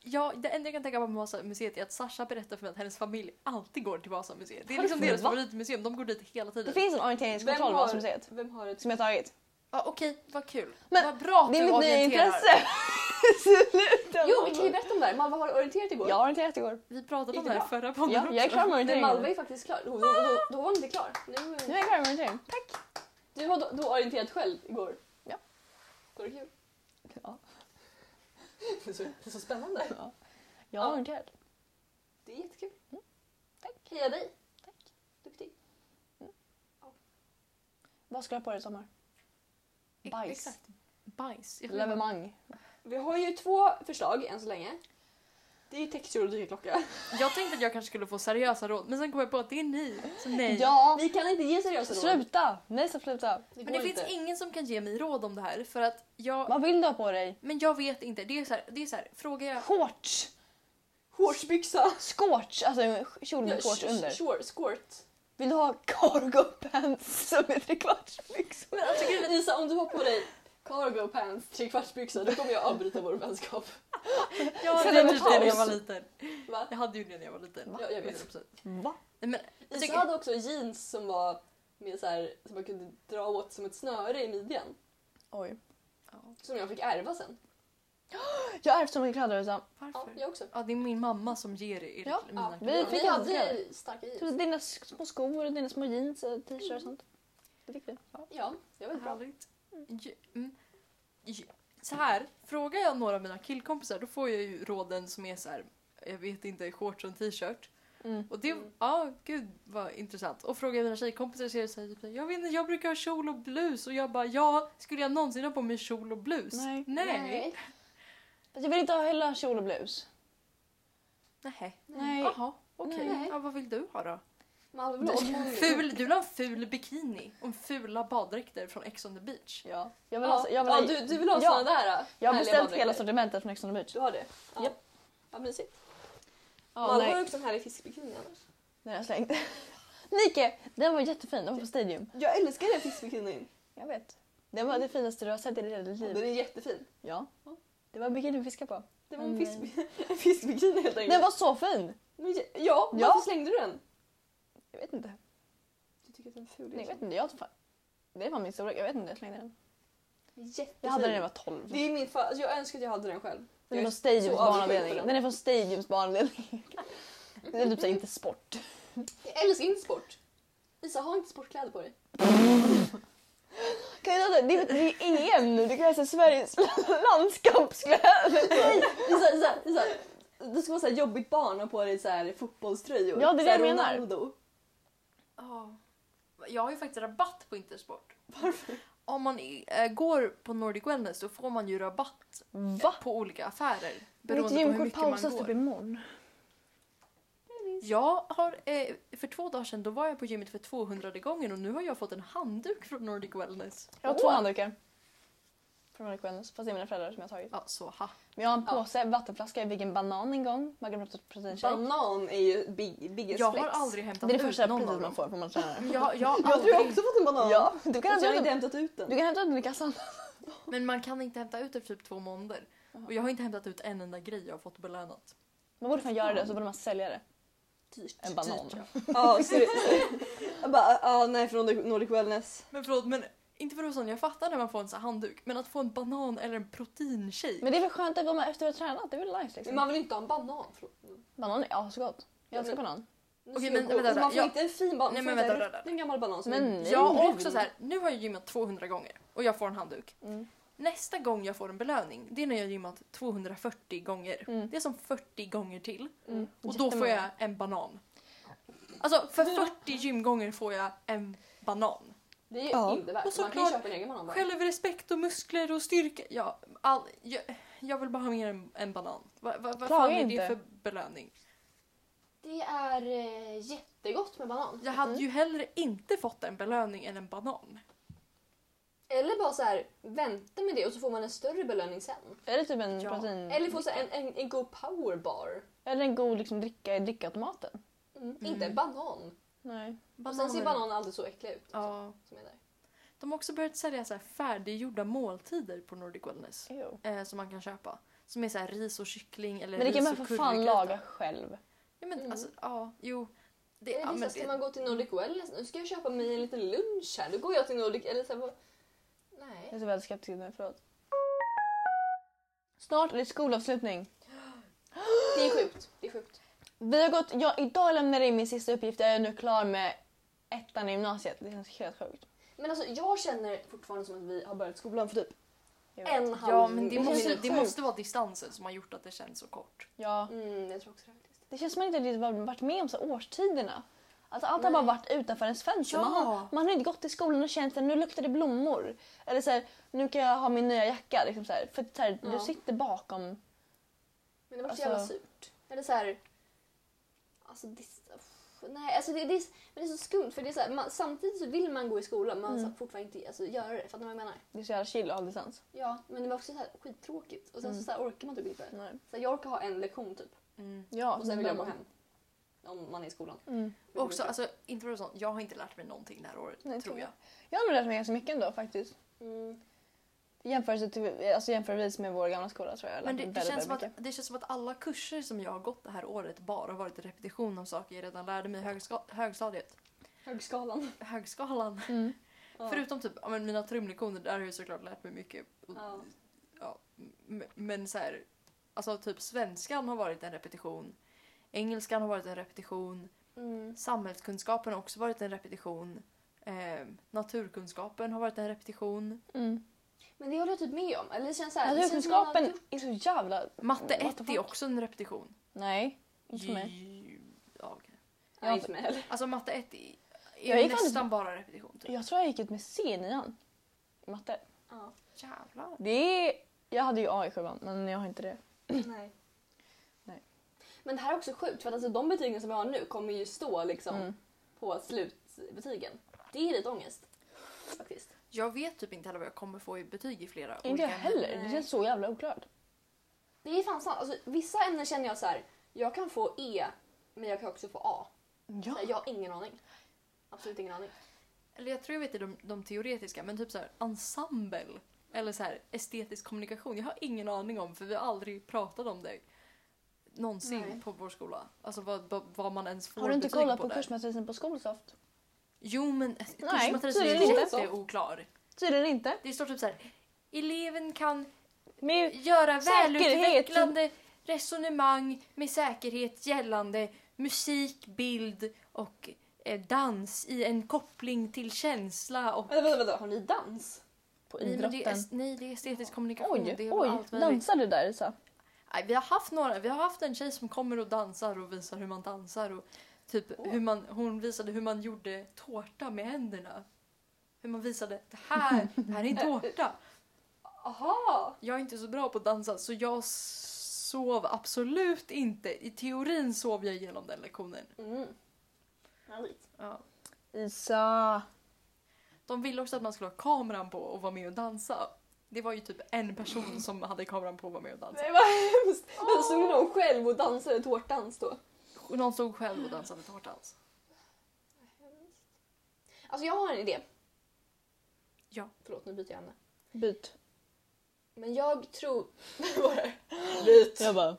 Speaker 2: jag, det enda jag kan tänka på med Vasamuseet är att Sasha berättar för mig att hennes familj alltid går till Vasamuseet. Det är
Speaker 3: Har
Speaker 2: liksom
Speaker 3: du-
Speaker 2: deras
Speaker 3: va?
Speaker 2: favoritmuseum, de går dit hela
Speaker 3: Det
Speaker 2: tiden.
Speaker 3: finns en orienteringskontroll
Speaker 1: Vem
Speaker 3: på
Speaker 1: har-
Speaker 3: Vasamuseet.
Speaker 1: Vem har ett...
Speaker 3: Som jag tagit.
Speaker 2: Ja, Okej, vad kul.
Speaker 3: Men
Speaker 2: vad bra att
Speaker 3: Det är
Speaker 2: du
Speaker 3: mitt nya
Speaker 2: orienterar.
Speaker 3: intresse. Sluta.
Speaker 1: Jo, vi kan ju berätta om det här. Malva har orienterat igår.
Speaker 3: Jag har orienterat igår.
Speaker 2: Vi pratade
Speaker 1: Gick
Speaker 2: om
Speaker 1: det
Speaker 2: det här
Speaker 1: bra?
Speaker 2: förra podden
Speaker 3: Ja, jag är
Speaker 2: också.
Speaker 3: klar
Speaker 1: Men
Speaker 3: med
Speaker 1: Malva
Speaker 3: orienteringen.
Speaker 1: är faktiskt klar. Då, då, då, då var hon inte klar. Nu,
Speaker 3: Nu är jag klar med orienteringen.
Speaker 1: Du har då, då orienterat själv igår?
Speaker 3: Ja.
Speaker 1: Var det kul?
Speaker 3: Ja.
Speaker 1: Det är så, det är så spännande.
Speaker 3: Ja. Jag har
Speaker 1: Ja.
Speaker 3: orienterat.
Speaker 1: Det är jättekul.
Speaker 3: Mm. Tack.
Speaker 1: Heja dig!
Speaker 3: Tack.
Speaker 1: Duktig.
Speaker 3: Vad ska du ha på dig i sommar?
Speaker 2: E-
Speaker 3: Bajs.
Speaker 2: Exakt. Bajs. Jag tror jag-
Speaker 3: Levemang.
Speaker 1: Vi har ju två förslag än så länge. Det är ju textur och dykarklocka.
Speaker 2: Jag tänkte att jag kanske skulle få seriösa råd men sen kom jag på att det är ni. Så nej.
Speaker 3: Ja,
Speaker 1: Vi kan inte ge seriösa råd.
Speaker 3: sluta! Nej, så sluta.
Speaker 1: Det
Speaker 2: men
Speaker 1: går
Speaker 2: det finns
Speaker 1: inte.
Speaker 2: ingen som kan ge mig råd om det här för att jag...
Speaker 3: Vad vill du ha på dig?
Speaker 2: Men jag vet inte. Det är så här, det är så här frågar jag...
Speaker 3: Shorts!
Speaker 1: Shortsbyxa.
Speaker 3: Shorts! Alltså en kjol
Speaker 1: Ja,
Speaker 3: med shorts
Speaker 1: sh-
Speaker 3: under.
Speaker 1: Short, squirt.
Speaker 3: Vill du ha cargo pants som är trekvartsbyxor?
Speaker 2: Men alltså, grejen är-
Speaker 1: Lisa, om du har på dig cargo pants, trekvartsbyxa, då kommer jag avbryta vår vänskap.
Speaker 2: jag
Speaker 3: Ska
Speaker 2: hade
Speaker 3: det
Speaker 2: ju
Speaker 3: vara
Speaker 2: det när jag
Speaker 3: kaos?
Speaker 2: var liten.
Speaker 1: Va?
Speaker 2: Jag hade ju det när jag var liten.
Speaker 1: Ja, jag vet.
Speaker 2: 100%. Nej,
Speaker 3: Va?
Speaker 2: men jag
Speaker 1: Lisa
Speaker 2: tycker,
Speaker 1: hade också jeans som var med så här, som man kunde dra åt som ett snöre i midjan.
Speaker 3: Oj.
Speaker 2: ja,
Speaker 1: Som jag fick ärva sen.
Speaker 3: Jag har ärvt så mycket kläder Elsa.
Speaker 1: Ja,
Speaker 2: varför? Ja,
Speaker 1: jag också.
Speaker 2: det är min mamma som ger er
Speaker 3: Ja,
Speaker 2: mina
Speaker 1: Ja,
Speaker 2: kläder.
Speaker 1: vi,
Speaker 3: Mm, fick
Speaker 1: vi
Speaker 3: hans
Speaker 1: hade ju starka jeans.
Speaker 3: typ Dina sk- små skor, och dina små jeans, och t-shirts och sånt. Det fick vi.
Speaker 1: Ja, det var bra.
Speaker 2: Härligt. Ju- mm. Ju- Så här, frågar jag några av mina killkompisar då får jag ju råden som är så här, jag vet inte, shorts och en t-shirt.
Speaker 3: Mm.
Speaker 2: Och det,
Speaker 1: Mm.
Speaker 2: ja gud vad intressant. Och frågar jag mina tjejkompisar så är det så här, typ, jag vet inte, jag brukar ha kjol och blus och jag bara, ja, skulle jag någonsin ha på mig kjol och blus?
Speaker 3: Nej.
Speaker 2: Nej.
Speaker 1: Nej.
Speaker 3: Fast jag vill inte ha heller kjol och blus.
Speaker 2: Nej.
Speaker 3: Nej.
Speaker 2: Jaha, okej.
Speaker 3: Nej.
Speaker 2: Ja, vad vill du ha då?
Speaker 1: Man hade väl ha otroligt-
Speaker 2: Ful, du vill ha en ful bikini och fula baddräkter från Ex on the beach.
Speaker 3: Ja. Jag vill
Speaker 1: Ja,
Speaker 3: ha, jag vill ha,
Speaker 1: ja, du, du vill ha
Speaker 3: Ja.
Speaker 1: såna där? äh,
Speaker 3: jag har
Speaker 1: härliga
Speaker 3: beställt
Speaker 1: baddräkter.
Speaker 3: hela sortimentet från Ex on the Beach.
Speaker 1: Du har det? Ja.
Speaker 3: Japp.
Speaker 1: Vad mysigt.
Speaker 3: Ja,
Speaker 1: Malmö
Speaker 3: nej.
Speaker 1: har ju också en härlig fiskbikini annars.
Speaker 3: Den har jag slängt. Nike, den var jättefin. Den var på Stadium.
Speaker 1: Jag älskar den fiskbikinin.
Speaker 3: Jag vet. Den var det finaste du har sett i ditt hela ditt
Speaker 1: Den
Speaker 3: liv.
Speaker 1: är jättefin.
Speaker 3: Ja. Det var en bikini vi fiskade på.
Speaker 1: Det var en
Speaker 3: Mm.
Speaker 1: fisk, en fiskbikini helt enkelt.
Speaker 3: Den var så fin!
Speaker 1: Men ja, ja, varför
Speaker 3: Ja.
Speaker 1: slängde du den?
Speaker 3: Jag vet inte.
Speaker 1: Du tycker att den är ful.
Speaker 3: Nej, jag
Speaker 1: liksom.
Speaker 3: vet inte. Jag tog fan. Det var min storlek. Jag vet inte. Jag slängde den.
Speaker 1: Jättefin.
Speaker 3: Jag hade den när jag var 12.
Speaker 1: Det är min fa- alltså, jag önskar att jag hade den själv.
Speaker 3: Den
Speaker 1: Jag
Speaker 3: är från
Speaker 1: är
Speaker 3: Stadiums
Speaker 1: så avundsjuk på
Speaker 3: barnavdelning.
Speaker 1: den.
Speaker 3: Den är från Stadiums barnavdelning. Den är typ såhär, inte sport.
Speaker 1: Jag älskar inte sport. Lisa, ha inte sportkläder på dig.
Speaker 3: Kan jag ta det? Det är- det är EM nu. Du kan ha så här Sveriges landskampskläder.
Speaker 1: Nej, Lisa, Lisa, Lisa. Du ska vara så här jobbigt barn och ha på dig så här fotbollströjor.
Speaker 3: Ja, det är
Speaker 1: Så här
Speaker 3: det jag menar.
Speaker 1: Ronaldo.
Speaker 2: Ja. Jag har ju faktiskt rabatt på Intersport. Varför? Om man eh, går på Nordic Wellness så får man ju rabatt
Speaker 3: Va?
Speaker 2: på olika affärer.
Speaker 3: Mitt
Speaker 2: Beroende på hur
Speaker 3: gymkort
Speaker 2: mycket man
Speaker 3: pausas
Speaker 2: går.
Speaker 3: typ imorgon.
Speaker 2: Jag har, eh, för två dagar sedan då var jag på gymmet för 200 gången och nu har jag fått en handduk från Nordic Wellness.
Speaker 3: Jag har två
Speaker 1: Åh.
Speaker 3: handdukar. Från Nordic Wellness. Fast det är mina föräldrar som jag har tagit.
Speaker 2: Ja, så ha.
Speaker 3: Men jag har en
Speaker 1: Ja.
Speaker 3: påse vattenflaska. Jag fick en banan en gång. Man kan prata proteinshake.
Speaker 1: Banan är ju big, biggest
Speaker 2: Jag
Speaker 1: flex.
Speaker 2: har aldrig hämtat
Speaker 3: Det är det
Speaker 2: ut
Speaker 3: första
Speaker 2: någon
Speaker 3: priset
Speaker 2: av
Speaker 3: man
Speaker 2: dem.
Speaker 3: får när man tränar.
Speaker 2: Men Jag, jag har
Speaker 1: Jag tror
Speaker 2: aldrig,
Speaker 1: jag har också fått en banan.
Speaker 3: Ja, du kan
Speaker 1: Fast jag har
Speaker 3: hämta ut
Speaker 1: inte
Speaker 3: den.
Speaker 1: hämtat ut den.
Speaker 3: Du kan hämta ut den i kassan.
Speaker 2: Men man kan inte hämta ut efter typ två månader. Och jag har inte hämtat ut en enda grej jag har fått belönat.
Speaker 3: Man borde fan göra det så borde man sälja det.
Speaker 1: Dyrt.
Speaker 3: En banan.
Speaker 2: Dyrt, ja.
Speaker 1: Ja, så Jag bara, ja nej från Nordic Wellness.
Speaker 2: Men förlåt, men inte för att vara sån, jag fattar när man får en sån här handduk. Men att få en banan eller en proteinshake.
Speaker 3: Men det är väl skönt att vara med efter att ha tränat? Det är väl nice
Speaker 1: Men
Speaker 3: liksom.
Speaker 1: man vill inte ha en banan. Förlåt.
Speaker 3: Banan är asgott. Jag älskar
Speaker 1: Ja,
Speaker 3: banan.
Speaker 1: Nu
Speaker 2: Okej,
Speaker 1: ska
Speaker 2: men
Speaker 1: jag gå.
Speaker 2: vänta,
Speaker 1: Och man får
Speaker 2: jag-
Speaker 1: inte en fin banan.
Speaker 2: Nej,
Speaker 1: man
Speaker 2: men
Speaker 1: får inte
Speaker 2: vänta,
Speaker 1: en-
Speaker 2: vänta.
Speaker 1: En gammal banan som
Speaker 3: Men
Speaker 1: är
Speaker 3: nej.
Speaker 2: Jag
Speaker 1: brun.
Speaker 2: och också så här, nu har jag gymmat 200 gånger och jag får en handduk.
Speaker 3: Mm.
Speaker 2: Nästa gång jag får en belöning, det är när jag har gymmat 240 gånger.
Speaker 3: Mm.
Speaker 2: Det är som 40 gånger till.
Speaker 3: Mm.
Speaker 2: Och då får jag en banan. Alltså för 40 gymgånger får jag en banan.
Speaker 1: Det är ju
Speaker 3: Ja.
Speaker 1: inte värt.
Speaker 2: Och så
Speaker 1: man kan ju
Speaker 2: klart-
Speaker 1: köpa en egen banan bara.
Speaker 2: Självrespekt och muskler och styrka. Ja, all, jag, jag vill bara ha mer än en banan. Va, va, vad
Speaker 3: Klaga
Speaker 2: fan är
Speaker 3: inte.
Speaker 2: det för belöning?
Speaker 1: Det är eh, jättegott med banan.
Speaker 2: Jag hade
Speaker 3: Mm.
Speaker 2: ju hellre inte fått en belöning än en banan.
Speaker 1: Eller bara så här, vänta med det och så får man en större belöning sen.
Speaker 3: Är det typ en
Speaker 2: Ja.
Speaker 3: protein...
Speaker 1: Eller få så här, en, en, en god powerbar.
Speaker 3: Eller en god liksom, dricka i drickautomaten.
Speaker 1: Mm. Inte en banan.
Speaker 3: Nej.
Speaker 1: Och sen ser bananer alltid så äckliga ut. också,
Speaker 2: Ja.
Speaker 1: Som är där.
Speaker 2: De har också börjat sälja så här färdiggjorda måltider på Nordic Wellness.
Speaker 3: Ew.
Speaker 2: Eh, som man kan köpa. Som är så här ris och kyckling eller
Speaker 3: Men det kan
Speaker 2: ris
Speaker 3: man
Speaker 2: och
Speaker 3: för fan
Speaker 2: currygryta.
Speaker 3: laga själv.
Speaker 2: Ja men
Speaker 1: Mm.
Speaker 2: alltså, ja, jo. Det,
Speaker 1: Eller
Speaker 2: ja,
Speaker 1: Lisa,
Speaker 2: men
Speaker 1: ska
Speaker 2: det,
Speaker 1: man gå till Nordic Wellness? Nu ska jag köpa mig en liten lunch här. Då går jag till Nordic... Eller så här, vad-
Speaker 3: Jag är
Speaker 1: nej.
Speaker 3: så väldigt skeptisk nu, förlåt. Snart är det skolavslutning.
Speaker 1: Det är sjukt. Det är sjukt.
Speaker 3: Vi har gått, jag, idag lämnade jag in min sista uppgift. Jag är nu klar med ettan i gymnasiet. Det känns helt sjukt.
Speaker 1: Men alltså jag känner fortfarande som att vi har börjat skolan för typ
Speaker 3: Jag vet.
Speaker 1: en halv
Speaker 2: ja, men det,
Speaker 1: minut.
Speaker 2: måste,
Speaker 1: minut
Speaker 2: det
Speaker 1: sjuk.
Speaker 2: måste vara distansen som har gjort att det känns så kort.
Speaker 3: Ja.
Speaker 1: Mm, jag tror också det faktiskt.
Speaker 3: Det känns som att man inte riktigt har varit med om så här årstiderna. Alltså allt har
Speaker 1: Nej.
Speaker 3: bara varit utanför ens fönster. Man, har,
Speaker 2: Ja.
Speaker 3: man har inte gått till skolan och känt att nu luktar det blommor. Eller så här, nu kan jag ha min nya jacka. Liksom så här. För så här,
Speaker 1: Ja.
Speaker 3: du sitter bakom.
Speaker 1: Men det var så
Speaker 3: Alltså-
Speaker 1: jävla surt. Eller så här... Alltså dis... uff, Nej, alltså det, det, är, men det är så skumt för det är så här, man, samtidigt så vill man gå i skolan men man
Speaker 3: Mm.
Speaker 1: så fortfarande inte alltså, göra det. Fattar du vad jag menar?
Speaker 3: Det är så jävla chill att ha distans.
Speaker 1: Ja, men det var också så här skittråkigt och sen
Speaker 3: Mm.
Speaker 1: så, så här, orkar man typ inte.
Speaker 3: Nej.
Speaker 1: Så här, jag orkar ha en lektion typ
Speaker 2: Mm.
Speaker 3: Ja,
Speaker 1: och sen vill jag gå
Speaker 3: man-
Speaker 1: hem. Om man är i skolan.
Speaker 3: Mm.
Speaker 2: Och också, alltså, inte för att vara sån, jag har inte lärt mig någonting det här året,
Speaker 3: Nej,
Speaker 2: tror
Speaker 3: tror
Speaker 2: jag.
Speaker 3: Jag har nog lärt mig ganska mycket ändå faktiskt.
Speaker 1: Mm.
Speaker 3: Jämförelse till, alltså jämförelsevis med vår gamla skola tror jag. jag.
Speaker 2: Men
Speaker 3: lärde
Speaker 2: det,
Speaker 3: mig
Speaker 2: det, känns som att,
Speaker 3: mycket.
Speaker 2: det känns som att alla kurser som jag har gått det här året bara har varit repetition av saker jag redan lärde mig i högska, högstadiet.
Speaker 1: Högskalan.
Speaker 2: Högskalan.
Speaker 3: Mm.
Speaker 1: Ja.
Speaker 2: Förutom typ ja, men mina trumlektioner, där har jag såklart lärt mig mycket.
Speaker 1: Ja.
Speaker 2: Ja, m- men så här, alltså typ svenskan har varit en repetition. Engelskan har varit en repetition.
Speaker 1: Mm.
Speaker 2: Samhällskunskapen har också varit en repetition. Eh, naturkunskapen har varit en repetition.
Speaker 3: Mm.
Speaker 1: Men det håller jag typ med om. Eller det känns så här, det känns som man har
Speaker 3: Naturkunskapen
Speaker 1: gjort-
Speaker 3: är så jävla...
Speaker 2: Matte
Speaker 3: What the
Speaker 2: 1 är
Speaker 3: fuck?
Speaker 2: också en repetition.
Speaker 3: Nej, inte för mig.
Speaker 2: J- Ja, okej.
Speaker 1: Nej, inte med heller.
Speaker 2: Alltså matte 1 är,
Speaker 3: Jag
Speaker 2: är
Speaker 3: gick
Speaker 2: nästan
Speaker 3: aldrig-
Speaker 2: bara repetition. Typ.
Speaker 3: Jag tror jag gick ut med C i nian. I Matte.
Speaker 1: Ja.
Speaker 2: Jävlar.
Speaker 3: Det är... Jag hade ju A i sjuan men jag har inte det.
Speaker 1: Nej.
Speaker 3: Nej.
Speaker 1: Men det här är också sjukt för att alltså, de betygen som vi har nu kommer ju stå liksom
Speaker 3: Mm.
Speaker 1: på slutbetygen. Det är lite ångest. Faktiskt.
Speaker 2: Jag vet typ inte heller vad jag kommer få i betyg i flera
Speaker 3: Inte jag
Speaker 2: olika ämnen.
Speaker 3: heller. Det
Speaker 1: nej.
Speaker 3: känns så jävla oklart.
Speaker 1: Det är fan sant. Alltså, vissa ämnen känner jag så här. jag kan få E men jag kan också få A. Så här, jag har ingen aning. Absolut ingen aning.
Speaker 2: Eller jag tror jag vet det, de, de teoretiska, men typ så här ensemble. Eller så här estetisk kommunikation. Jag har ingen aning om för vi har aldrig pratat om det. Någonsin
Speaker 1: Nej.
Speaker 2: på vår skola. Alltså vad, vad, vad man ens får
Speaker 3: Har du inte
Speaker 2: betyg
Speaker 3: kollat på
Speaker 2: där.
Speaker 3: kursmatrisen på Skolsoft?
Speaker 2: Jo men alltså, kursmatrisen
Speaker 3: tydligen
Speaker 2: är
Speaker 3: inte.
Speaker 2: jätteoklar.
Speaker 3: Tydligen inte.
Speaker 2: Det står typ så här. Eleven kan
Speaker 3: Men
Speaker 2: göra
Speaker 3: Säkerhet.
Speaker 2: välutvecklande resonemang med säkerhet gällande musik, bild och eh, dans i en koppling till känsla och
Speaker 1: Vänta, vänta, vänta. Har ni dans?
Speaker 3: på
Speaker 2: Nej, men det är,
Speaker 3: idrotten.
Speaker 2: est- nej, det är estetisk kommunikation.
Speaker 3: Oj,
Speaker 2: det är
Speaker 3: oj,
Speaker 2: allt möjligt.
Speaker 3: dansar du där Isa?
Speaker 2: nej, vi har haft några. Vi har haft en tjej som kommer och dansar och visar hur man dansar. Och typ
Speaker 1: Åh.
Speaker 2: hur man, hon visade hur man gjorde tårta med händerna. Hur man visade det här, det här är en tårta.
Speaker 1: Aha!
Speaker 2: Jag är inte så bra på att dansa så jag sov absolut inte. I teorin sov jag igenom den lektionen.
Speaker 1: Mm. Härligt.
Speaker 2: Ja.
Speaker 3: Isa.
Speaker 2: De ville också att man skulle ha kameran på och vara med och dansa. Det var ju typ en person som hade kameran på och var med och dansade.
Speaker 1: Nej vad hemskt! Men stod någon själv och dansade tårtdans då?
Speaker 2: Någon stod själv och dansade tårtdans.
Speaker 1: Alltså jag har en idé.
Speaker 2: Ja.
Speaker 1: Förlåt, nu byter jag ämne.
Speaker 3: Byt.
Speaker 1: Men jag tror... Vad var det? Byt!
Speaker 3: Jag bara.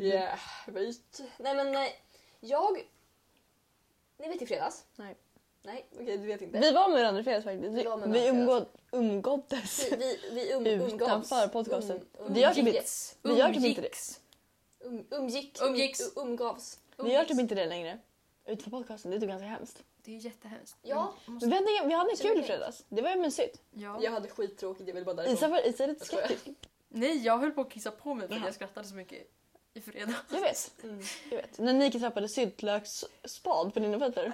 Speaker 1: Yeah, byt. Nej men nej. Jag... Ni vet i fredags?
Speaker 3: Nej.
Speaker 1: Nej, okej du vet inte.
Speaker 3: Vi var med varandra i fredags faktiskt.
Speaker 1: Vi
Speaker 3: Vi,
Speaker 1: var med
Speaker 3: vi
Speaker 1: varandra i
Speaker 3: umgå, umgåddes.
Speaker 1: Vi, vi, vi um, umgavs.
Speaker 3: Utanför podcasten.
Speaker 1: Um, um,
Speaker 3: Det gör typ inte- Vi gör typ inte det.
Speaker 2: Umgicks.
Speaker 1: um, umgick.
Speaker 2: Umgicks.
Speaker 1: Um, umgavs.
Speaker 3: Vi gör typ inte det längre. Utanför podcasten, det är typ ganska hemskt.
Speaker 2: Det är ju jättehemskt.
Speaker 1: Ja.
Speaker 2: Jag måste-
Speaker 3: Men vi hade, vi hade
Speaker 1: Så
Speaker 3: kul i
Speaker 1: fint.
Speaker 3: fredags. Det var ju mysigt.
Speaker 2: ja.
Speaker 1: Jag hade skittråkigt, jag ville bara därifrån.
Speaker 3: Isa, var, Isa är lite
Speaker 1: Jag skojar.
Speaker 3: skeptisk.
Speaker 2: Nej, jag höll på att kissa på mig för att
Speaker 3: Jaha.
Speaker 2: jag skrattade så mycket i fredag.
Speaker 3: Jag vet.
Speaker 1: Mm.
Speaker 3: Jag vet. När Nike trappade syltlöksspad på dina fötter.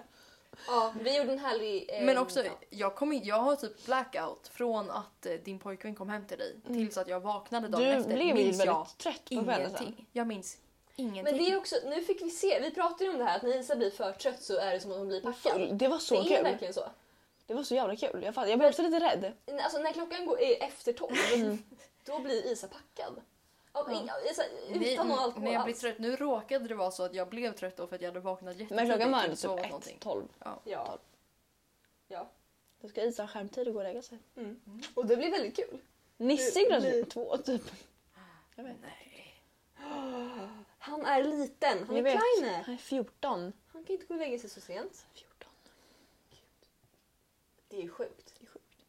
Speaker 1: Ja, vi gjorde en härlig... eh,
Speaker 2: Men också,
Speaker 1: ja.
Speaker 2: jag, kom in, jag har typ blackout från att eh, din pojkvän kom hem till dig
Speaker 3: Mm.
Speaker 2: tills att jag vaknade dagen
Speaker 3: Du
Speaker 2: efter.
Speaker 3: blev ju
Speaker 2: minns
Speaker 3: väldigt
Speaker 2: jag
Speaker 3: trött på kvällen sen.
Speaker 2: ingenting. Jag minns ingenting.
Speaker 1: Men det är också, nu fick vi se, vi pratade ju om det här att när Isa blir för trött så är det som att hon blir packad.
Speaker 3: Full. Det var Alltså, så
Speaker 1: det är
Speaker 3: kul.
Speaker 1: verkligen så.
Speaker 3: Det var så jävla kul. Jag, fatt, jag blev också lite rädd.
Speaker 1: Alltså när klockan går är efter tolv, då blir Isa packad. Av,
Speaker 2: Ja.
Speaker 1: ja. Isa, utan
Speaker 2: Nej,
Speaker 1: någon alkohol
Speaker 2: när jag blir
Speaker 1: alls.
Speaker 2: trött, nu råkade det vara så att jag blev trött då för att jag hade vaknat jättetidigt.
Speaker 3: Men klockan var
Speaker 2: och
Speaker 3: ändå
Speaker 2: sovit
Speaker 3: typ
Speaker 2: någonting.
Speaker 3: 1, 12.
Speaker 1: Ja. ja.
Speaker 3: Då ska Isa ha skärmtid och gå och lägga sig.
Speaker 1: Och det blir väldigt kul.
Speaker 3: Nisse
Speaker 1: Det
Speaker 3: är
Speaker 1: blir-
Speaker 3: typ två typ. Jag vet.
Speaker 2: Nej.
Speaker 1: Han är liten, han
Speaker 3: Jag
Speaker 1: är
Speaker 3: vet.
Speaker 1: kleine.
Speaker 3: Han är 14.
Speaker 1: Han kan inte gå och lägga sig så sent.
Speaker 3: 14.
Speaker 1: Det är sjukt.
Speaker 3: Det är sjukt.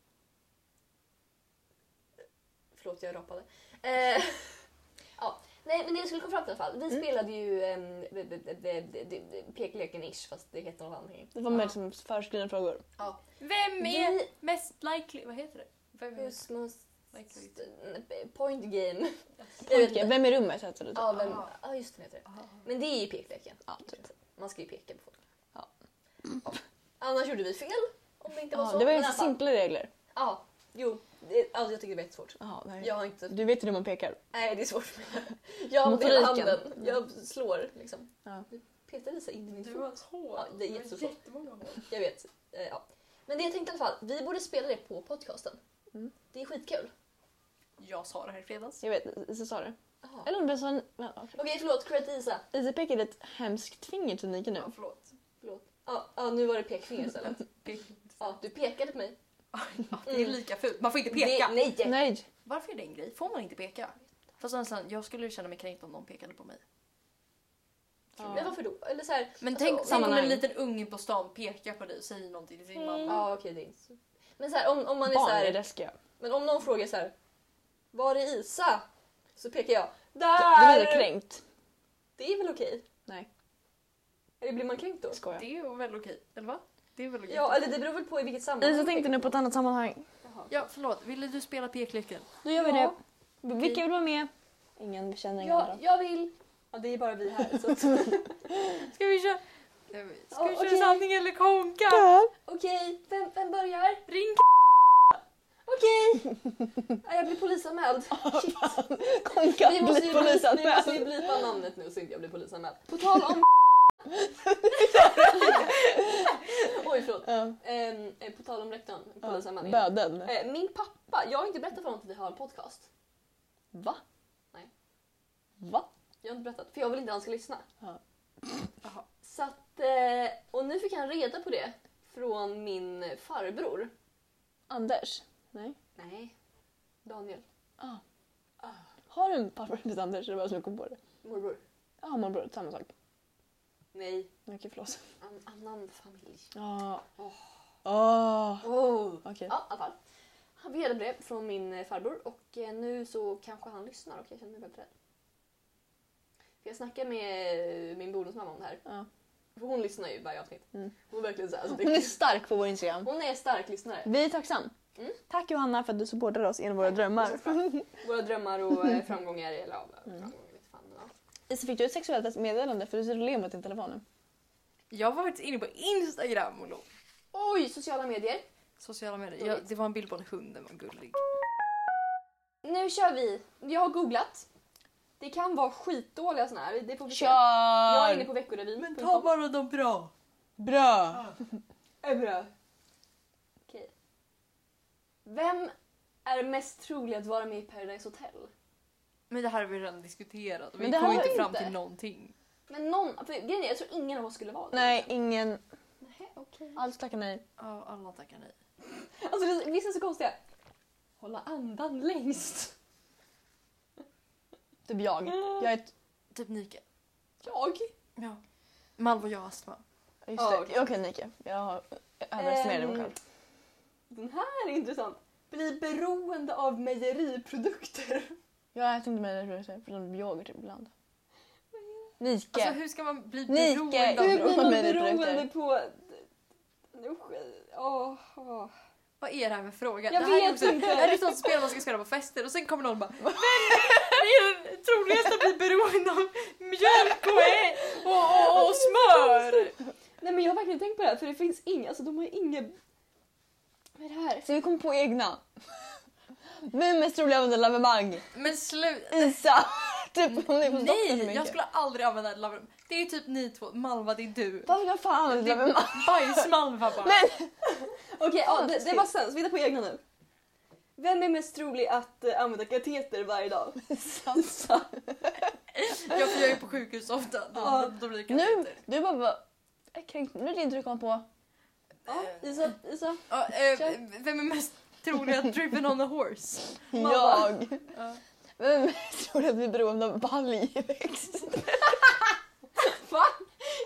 Speaker 1: Förlåt, jag rapade. Eh, ja. Nej, men det jag skulle komma fram till i alla fall. Vi
Speaker 3: Mm.
Speaker 1: spelade ju ehm, b- b- b- b- b- b- pekleken ish fast det heter något annat.
Speaker 3: Det var med som förskrivna frågor.
Speaker 2: Vem är
Speaker 1: Vi-
Speaker 3: Mm.
Speaker 2: mest likely... Vad heter det? Vem är mest
Speaker 1: Who's most...
Speaker 2: likely?
Speaker 1: Point game. Jag vet
Speaker 3: Pojke,
Speaker 1: inte.
Speaker 3: vem i rummet heter det? typ.
Speaker 1: Ja, vem...
Speaker 2: Ah.
Speaker 1: ja, just det. Heter det.
Speaker 2: Aha.
Speaker 1: Men det är ju pekleken.
Speaker 3: Mm. Ja, typ.
Speaker 1: Man ska ju peka på folk.
Speaker 3: Ja.
Speaker 1: Ja. Annars gjorde vi fel. Om det inte var
Speaker 3: Ja,
Speaker 1: så.
Speaker 3: det var
Speaker 1: Men i
Speaker 3: ju
Speaker 1: alla fall.
Speaker 3: simpla regler.
Speaker 1: Ja, jo. Det, alltså, jag tycker det är jättesvårt.
Speaker 3: Ja, nej.
Speaker 1: Jag har inte...
Speaker 3: Du vet ju hur man pekar.
Speaker 1: Nej, det är svårt för mig. Jag använder hela
Speaker 3: Motoriken.
Speaker 1: handen. Jag slår liksom.
Speaker 3: Ja.
Speaker 1: Du petar Lisa in i min
Speaker 2: Du
Speaker 1: fot.
Speaker 2: har ett hål.
Speaker 1: Ja, det är
Speaker 2: Du har
Speaker 1: jättestort.
Speaker 2: Jättemånga hål.
Speaker 1: Jag vet. Eh, Ja. Men det jag tänkte i alla fall, vi borde spela det på podcasten.
Speaker 3: Mm.
Speaker 1: Det är skitkul.
Speaker 2: Jag sa det här i fredags.
Speaker 3: Jag vet, Isa sa det.
Speaker 1: Aha.
Speaker 3: Eller om det sa... ja, okej.
Speaker 1: Okej, förlåt. Credit Isa.
Speaker 3: Isa pekade ett hemskt finger till Nike nu.
Speaker 2: Ja, förlåt.
Speaker 1: Förlåt. Ja, ja, nu var det pekfinger istället. Ja, du pekade på mig.
Speaker 2: Ja, det är lika fult. Man får inte peka.
Speaker 1: Det, nej!
Speaker 3: Nej,
Speaker 2: Mm. Varför är det en grej? Får man inte peka? Fast nästan, jag skulle känna mig kränkt om någon pekade på mig.
Speaker 1: Men varför då? Eller så här,
Speaker 2: Men
Speaker 1: Alltså,
Speaker 2: tänk, tänk om
Speaker 3: sammanhang.
Speaker 2: en liten unge på stan pekar på dig och säger någonting till sin mamma.
Speaker 1: Ja, okej, det är inte så... Men så här, om, om man är så
Speaker 3: barn är
Speaker 1: här,
Speaker 3: läskiga.
Speaker 1: Men om någon frågar så här... Var är Isa? Så pekar jag.
Speaker 3: Du
Speaker 1: Där!
Speaker 3: blir kränkt.
Speaker 1: det är väl okej?
Speaker 3: Nej,
Speaker 1: Eller blir man kränkt då?
Speaker 3: skojar.
Speaker 2: Det är ju väl okej? Eller va? Det är väl okej?
Speaker 1: Ja, eller det beror väl på i vilket sammanhang.
Speaker 3: Isa tänkte nu på ett annat sammanhang.
Speaker 1: Jaha.
Speaker 2: Ja, förlåt. Ville du spela pekleken?
Speaker 3: Då gör vi
Speaker 1: Ja.
Speaker 3: det. V- Vilka vill vara med? Ingen känner ingen
Speaker 1: Ja,
Speaker 3: andra.
Speaker 1: jag vill. Ja, det är bara vi här. Så. att-
Speaker 2: Ska vi köra... Ska
Speaker 1: Ja,
Speaker 2: vi köra
Speaker 1: okej.
Speaker 2: sanning eller konka?
Speaker 1: Okej, vem, vem börjar?
Speaker 2: Ring
Speaker 1: Okej! Ja, jag blir polisanmäld. Shit.
Speaker 3: Konka
Speaker 1: Vi måste ju, bli,
Speaker 3: blir
Speaker 1: vi måste ju
Speaker 3: polisanmäld.
Speaker 1: blipa namnet nu så inte jag blir polisanmäld. På tal om Oj, förlåt.
Speaker 3: Ja.
Speaker 1: Ehm, Eh, på tal om rektorn, polisanmälan.
Speaker 3: Böden.
Speaker 1: Eh, min pappa, jag har inte berättat för honom att vi har en podcast.
Speaker 3: Va?
Speaker 1: Nej.
Speaker 3: Va?
Speaker 1: Jag har inte berättat, för jag vill inte att han ska lyssna.
Speaker 3: Ja.
Speaker 2: Jaha.
Speaker 1: Så att, eh, och nu fick han reda på det från min farbror.
Speaker 3: Anders? Nej.
Speaker 1: Nej, Daniel.
Speaker 3: Ah.
Speaker 1: Ah.
Speaker 3: Har du en pappa som heter Anders? Det var jag som kom på det.
Speaker 1: Morbror.
Speaker 3: Ja, ah, morbror. Samma sak.
Speaker 1: Nej,
Speaker 3: Okej, förlåt.
Speaker 1: an- annan familj.
Speaker 3: Ja.
Speaker 1: Åh.
Speaker 3: Åh.
Speaker 1: Oh.
Speaker 3: Ah, Okej.
Speaker 1: Ja, i alla fall. Han fick reda på det från min eh, farbror och eh, nu så kanske han lyssnar och jag känner mig väldigt rädd. För jag snackade med eh, min bonusmamma om det här.
Speaker 3: Ja.
Speaker 1: För hon lyssnar ju varje avsnitt.
Speaker 3: Mm.
Speaker 1: Hon är verkligen så här, alltså,
Speaker 3: Hon är
Speaker 1: det,
Speaker 3: stark på vår Instagram.
Speaker 1: Hon är en stark lyssnare.
Speaker 3: Vi är tacksamma.
Speaker 1: Mm.
Speaker 3: Tack Johanna för att du supportar oss genom våra drömmar. Mm.
Speaker 1: Våra drömmar och eh, framgångar. Eller ja, framgångar vet fan. men Ja.
Speaker 3: Isa, fick du ett sexuellt meddelande för du sitter och ler mot din telefon nu?
Speaker 2: Jag var faktiskt inne på Instagram och låg.
Speaker 1: Oj, sociala medier.
Speaker 2: Sociala medier. Jag, det var en bild på en hund, den var gullig.
Speaker 1: Nu kör vi. Jag har googlat. Det kan vara skitdåliga såna här. Det får vi se.
Speaker 3: Kör!
Speaker 1: Jag är inne på veckorevyn.
Speaker 2: bara de bra.
Speaker 3: Bra!
Speaker 1: är bra. Okej. Vem är mest trolig att vara med i Paradise Hotel?
Speaker 2: Men det här har vi redan diskuterat och
Speaker 3: Men
Speaker 2: vi
Speaker 3: det
Speaker 2: kom
Speaker 3: har vi
Speaker 2: inte fram
Speaker 1: inte.
Speaker 2: till någonting.
Speaker 1: Men någon, för grejen är, jag tror ingen av oss skulle vara det.
Speaker 3: Nej, ingen.
Speaker 1: Nej, okej.
Speaker 3: Allt tackar nej.
Speaker 2: Ja, alla tackar nej.
Speaker 1: Alltså det, vissa är så konstiga. Hålla andan längst.
Speaker 3: Typ jag. Jag är ett...
Speaker 2: Typ Nike.
Speaker 1: Jag?
Speaker 2: Ja. Malv och jag har astma.
Speaker 3: Just
Speaker 1: Ja,
Speaker 3: det.
Speaker 1: okej.
Speaker 3: Okej, Nike. Jag har jag överestimerade mig
Speaker 1: Ehm,
Speaker 3: själv.
Speaker 1: Den här är intressant. Bli beroende av mejeriprodukter.
Speaker 3: Jag äter inte mejeriprodukter förutom yoghurt typ ibland. Nike.
Speaker 2: Alltså hur ska man bli
Speaker 3: Nike.
Speaker 2: beroende
Speaker 1: Hur
Speaker 2: av
Speaker 1: blir
Speaker 2: bra?
Speaker 1: man
Speaker 3: mejeriprodukter.
Speaker 1: beroende på... Usch, åh, åh.
Speaker 2: Vad är det här med frågan?
Speaker 1: Jag
Speaker 2: det här
Speaker 1: vet
Speaker 2: är också,
Speaker 1: inte.
Speaker 2: Är det sånt spel man ska spela på fester och sen kommer någon bara Men det är den troligaste att bli beroende av mjölk och, ä- och, och, och smör!
Speaker 1: Nej men jag har verkligen tänkt på det här för det finns inga, alltså de har ju inga... Vad är det här?
Speaker 3: Så vi kom på egna. Vem är mest rolig att använda lavemang?
Speaker 2: Men sluta.
Speaker 3: Isa! typ hon är på doktorn så
Speaker 2: Nej,
Speaker 3: mycket.
Speaker 2: jag skulle aldrig använda ett lavemang. Det är typ ni två, Malva det är du.
Speaker 3: Varför kan fan
Speaker 2: Det
Speaker 3: använda
Speaker 2: är
Speaker 3: lavemang?
Speaker 2: bajs-Malva bara.
Speaker 3: Nej.
Speaker 1: Okej, ja, det,
Speaker 3: precis.
Speaker 1: det var sens. Vi hittar på egna nu. Vem är mest trolig att eh, använda kateter varje dag? Sansa.
Speaker 2: Jag, för jag är på sjukhus ofta. Då,
Speaker 1: Ja.
Speaker 2: då, då blir det
Speaker 3: Nu,
Speaker 2: kateter.
Speaker 3: du bara... bara jag är kränkt. Nu är det inte du kommer på.
Speaker 1: Ja,
Speaker 2: Eh.
Speaker 1: Isa, Isa.
Speaker 2: Ja, eh, vem är mest trolig att driven on a horse?
Speaker 1: Mamma.
Speaker 3: Jag.
Speaker 2: Ja.
Speaker 3: Vem är mest rolig att bli beroende av baljväxt?
Speaker 1: Va?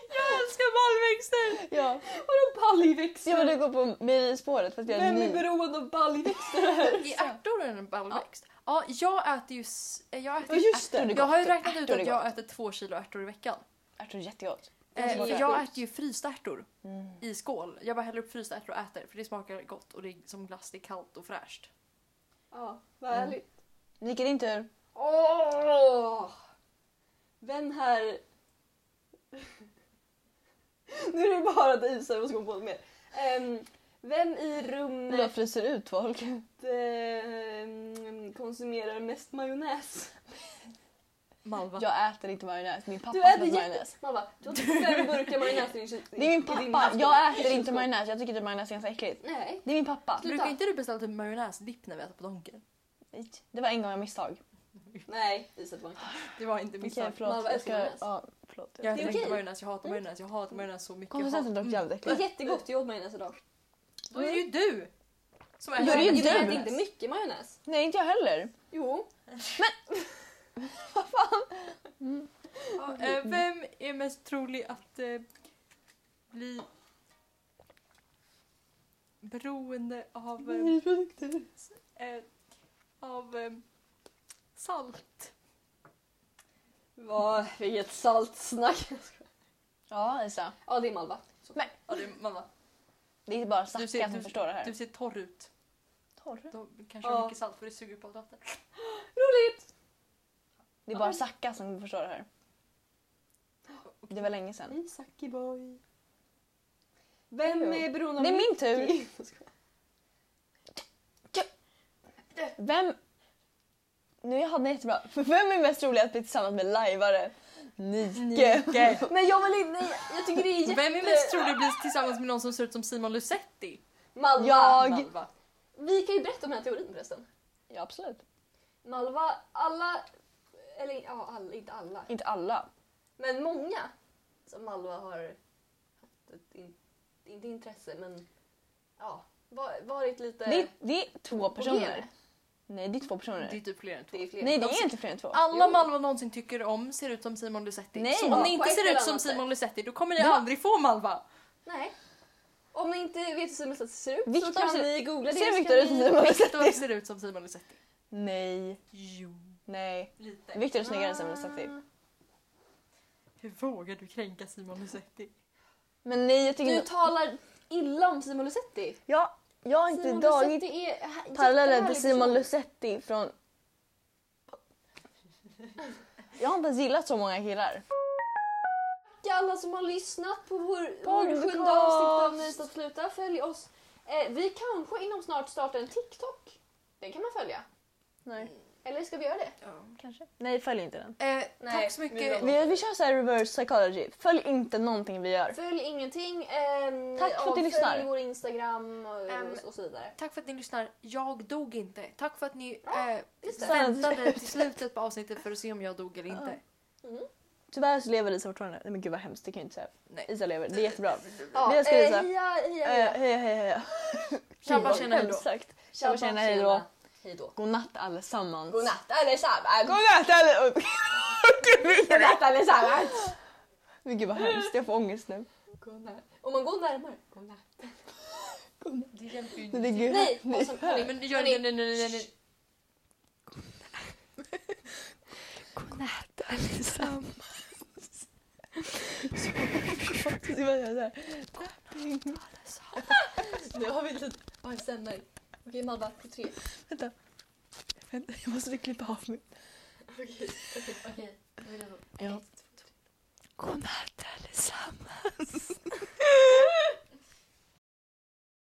Speaker 2: Jag älskar baljväxter!
Speaker 3: ja.
Speaker 1: Vadå
Speaker 3: Jag
Speaker 1: baljväxter?
Speaker 3: ville gå på mejerispåret för att jag är
Speaker 1: Vem är
Speaker 3: ny.
Speaker 1: beroende av baljväxter här?
Speaker 2: I ärtor är det en baljväxt. Ja, jag äter ju... s- eh, Jag, äter ju
Speaker 3: Ja, just det.
Speaker 2: ärtor. jag har ju räknat ut
Speaker 3: Ärtor är
Speaker 2: att jag äter två kilo ärtor i veckan.
Speaker 3: Ärtor är jättegott.
Speaker 2: Eh,
Speaker 1: smakar
Speaker 2: jag
Speaker 1: sjukt.
Speaker 2: äter ju frysta ärtor
Speaker 3: Mm.
Speaker 2: i skål. Jag bara häller upp frysta ärtor och äter för det smakar gott och det är som glass, det är kallt och fräscht.
Speaker 1: Ja, vad
Speaker 2: Mm.
Speaker 1: härligt.
Speaker 3: Nike, din tur.
Speaker 1: Åh! Vem här... nu är det bara att Isa måste komma på något mer. Ehm, vem i
Speaker 3: Jag
Speaker 1: rummet
Speaker 3: fryser ut folk.
Speaker 1: ehm, konsumerar mest majonnäs?
Speaker 2: Malva.
Speaker 3: Jag äter inte majonnäs. Min pappa
Speaker 1: Du
Speaker 3: äter
Speaker 1: äter
Speaker 3: majonnäs.
Speaker 1: jätte... Man bara, du har typ fem burkar majonnäs i din kyl-
Speaker 3: Det är min
Speaker 1: i din
Speaker 3: pappa.
Speaker 1: kylskåp.
Speaker 3: Jag äter inte
Speaker 1: Kylskåp.
Speaker 3: majonnäs. Jag tycker att majonnäs är ganska äckligt.
Speaker 1: Nej.
Speaker 3: Det är min pappa.
Speaker 1: Sluta.
Speaker 2: Brukar inte du beställa typ majonnäsdipp när vi äter på Donken?
Speaker 3: Nej, Det var en gång jag misstag.
Speaker 1: Nej, Isa det var inte.
Speaker 2: Det var inte min
Speaker 3: Okej,
Speaker 2: sak.
Speaker 3: förlåt.
Speaker 1: Malva
Speaker 3: Jag ska...
Speaker 1: älskar majonnäs.
Speaker 3: Ja, förlåt.
Speaker 2: Jag
Speaker 1: Det är
Speaker 2: äter inte
Speaker 1: okej.
Speaker 2: majonnäs, jag hatar majonnäs, jag hatar majonnäs så mycket. Jag
Speaker 3: Konsistensen
Speaker 2: hatar-
Speaker 3: är dock jävligt
Speaker 1: Det är
Speaker 3: äcklig.
Speaker 1: jättegott, jag åt majonnäs idag.
Speaker 2: Då är det ju du som
Speaker 3: Då är det ju
Speaker 1: jag äter
Speaker 3: du.
Speaker 1: inte mycket majonnäs.
Speaker 3: Nej, inte jag heller.
Speaker 1: Jo.
Speaker 2: Ja, eh, Vem är mest trolig att eh, bli beroende av, eh,
Speaker 1: Mm.
Speaker 3: Produkter.
Speaker 2: eh, av eh, salt?
Speaker 1: Vad, vilket saltsnack.
Speaker 3: Ja, Isa.
Speaker 1: Ja, det är Malva. Så.
Speaker 3: Men-
Speaker 2: Ja, det, mamma,
Speaker 3: Det är bara
Speaker 2: Du
Speaker 3: Zacka
Speaker 2: ser-
Speaker 3: som förstår det här.
Speaker 2: du ser torr ut.
Speaker 3: Torr.
Speaker 2: Då kanske du har
Speaker 1: Ja.
Speaker 2: mycket salt för det suger upp allt vatten.
Speaker 1: Roligt!
Speaker 3: Det är bara Zacka som förstår det här. Det var länge sedan.
Speaker 1: Isaki boy. Vem
Speaker 3: Jo.
Speaker 1: är beroende av
Speaker 3: Det är min tur.
Speaker 1: mycket?
Speaker 3: Vem... Nu jag hade en jättebra. För vem är mest rolig att bli tillsammans med lajvare? Nike.
Speaker 1: Men jag vill inte, nej, jag tycker det är jätte...
Speaker 2: Vem är mest trolig att bli tillsammans med någon som ser ut som Simon Lusetti?
Speaker 1: Malva!
Speaker 3: Jag.
Speaker 2: Malva.
Speaker 1: Vi kan ju berätta om den här teorin förresten.
Speaker 3: Ja absolut.
Speaker 1: Malva, alla, eller ja, alla, inte alla,
Speaker 3: Inte alla.
Speaker 1: men många som Malva har haft ett, in, inte intresse men ja, var, varit lite...
Speaker 3: Det är, det är två
Speaker 1: Blogger.
Speaker 3: personer. Nej det är två personer.
Speaker 2: Det är typ fler än två.
Speaker 1: det är fler.
Speaker 3: Nej det
Speaker 1: De-
Speaker 3: är inte fler än två.
Speaker 2: Alla
Speaker 1: Jo.
Speaker 2: Malva någonsin tycker om ser ut som Simon Lusetti.
Speaker 3: Nej.
Speaker 2: så om
Speaker 1: Ja,
Speaker 2: ni inte
Speaker 1: på ett
Speaker 2: ser
Speaker 1: eller
Speaker 2: ut som
Speaker 1: annat sätt.
Speaker 2: Simon Lusetti då kommer ni
Speaker 3: Ja.
Speaker 2: aldrig få Malva.
Speaker 1: Nej. Om ni inte vet hur semestern ser ut
Speaker 3: Viktor
Speaker 1: så kan
Speaker 3: ser-
Speaker 1: ni googla det.
Speaker 3: ser
Speaker 1: så
Speaker 3: Viktor
Speaker 1: kan
Speaker 3: ut som
Speaker 1: ni-
Speaker 3: Simon?
Speaker 2: Viktor ser ut som Simon Lusetti.
Speaker 3: Nej.
Speaker 2: Jo,
Speaker 3: Nej.
Speaker 2: lite.
Speaker 3: Viktor är snyggare än Simon Lusetti.
Speaker 2: Hur vågar du kränka Simon Lusetti?
Speaker 3: Men nej jag tycker
Speaker 1: Du
Speaker 3: inte...
Speaker 1: talar illa om Simon Lusetti.
Speaker 3: Jag, jag har inte
Speaker 1: Simon
Speaker 3: dragit
Speaker 1: Lusetti är hä-
Speaker 3: parallellen till
Speaker 1: jättehärlig
Speaker 3: Simon
Speaker 1: person.
Speaker 3: Lusetti från... Jag har inte ens gillat så många killar.
Speaker 1: Tack alla som har lyssnat på vår, vår
Speaker 3: Podcast.
Speaker 1: sjunde avsnitt av Nyst att sluta. Följ oss. Eh, vi kanske inom snart startar en TikTok. Den kan man följa.
Speaker 3: Nej.
Speaker 1: Eller ska vi göra det?
Speaker 3: Kanske. Nej följ inte den.
Speaker 2: Eh,
Speaker 1: Nej,
Speaker 2: tack så
Speaker 1: vi
Speaker 2: mycket.
Speaker 1: var-
Speaker 3: Vi, vi kör så här reverse psychology. Följ inte någonting vi gör.
Speaker 1: Följ ingenting. ehm,
Speaker 3: Tack för att ni
Speaker 1: och Följ
Speaker 3: lyssnar.
Speaker 1: vår Instagram och,
Speaker 2: Ehm,
Speaker 1: och så vidare.
Speaker 2: Tack för att ni lyssnar. Jag dog inte. Tack för att ni
Speaker 1: Ja,
Speaker 2: eh,
Speaker 1: just det.
Speaker 2: väntade till slutet på avsnittet för att se om jag dog eller inte.
Speaker 3: Tyvärr så lever Lisa fortfarande. Nej men gud vad hemskt, det kan jag inte säga.
Speaker 2: Nej.
Speaker 3: Isa lever, det är jättebra.
Speaker 1: Ja,
Speaker 3: vi älskar
Speaker 1: eh,
Speaker 3: Lisa.
Speaker 1: Heja, heja,
Speaker 3: Eh,
Speaker 1: heja.
Speaker 3: Hej hej hej.
Speaker 2: Tjabba tjena hejdå.
Speaker 3: Exakt.
Speaker 1: Tjabba,
Speaker 3: tjena, hej då.
Speaker 1: Hej då.
Speaker 3: Godnatt allesammans.
Speaker 1: Godnatt allesammans.
Speaker 3: Godnatt allesammans.
Speaker 1: Godnatt allesammans.
Speaker 3: Men gud vad hemskt, jag får ångest nu.
Speaker 1: Godnatt. Om man går närmare. Godnatt.
Speaker 2: Det hjälper ju
Speaker 3: Men det är gud.
Speaker 1: Nej, och som, hörni,
Speaker 2: Men gör nej, nej, nej, nej, nej.
Speaker 3: Godnatt allesammans. Så ska man göra så här.
Speaker 1: nu har vi lite... Oj, sen nej. Okej, Malva, på tre.
Speaker 3: Vänta, jag måste klippa av mig.
Speaker 1: Okej, okej.
Speaker 3: Ja.
Speaker 1: Ett,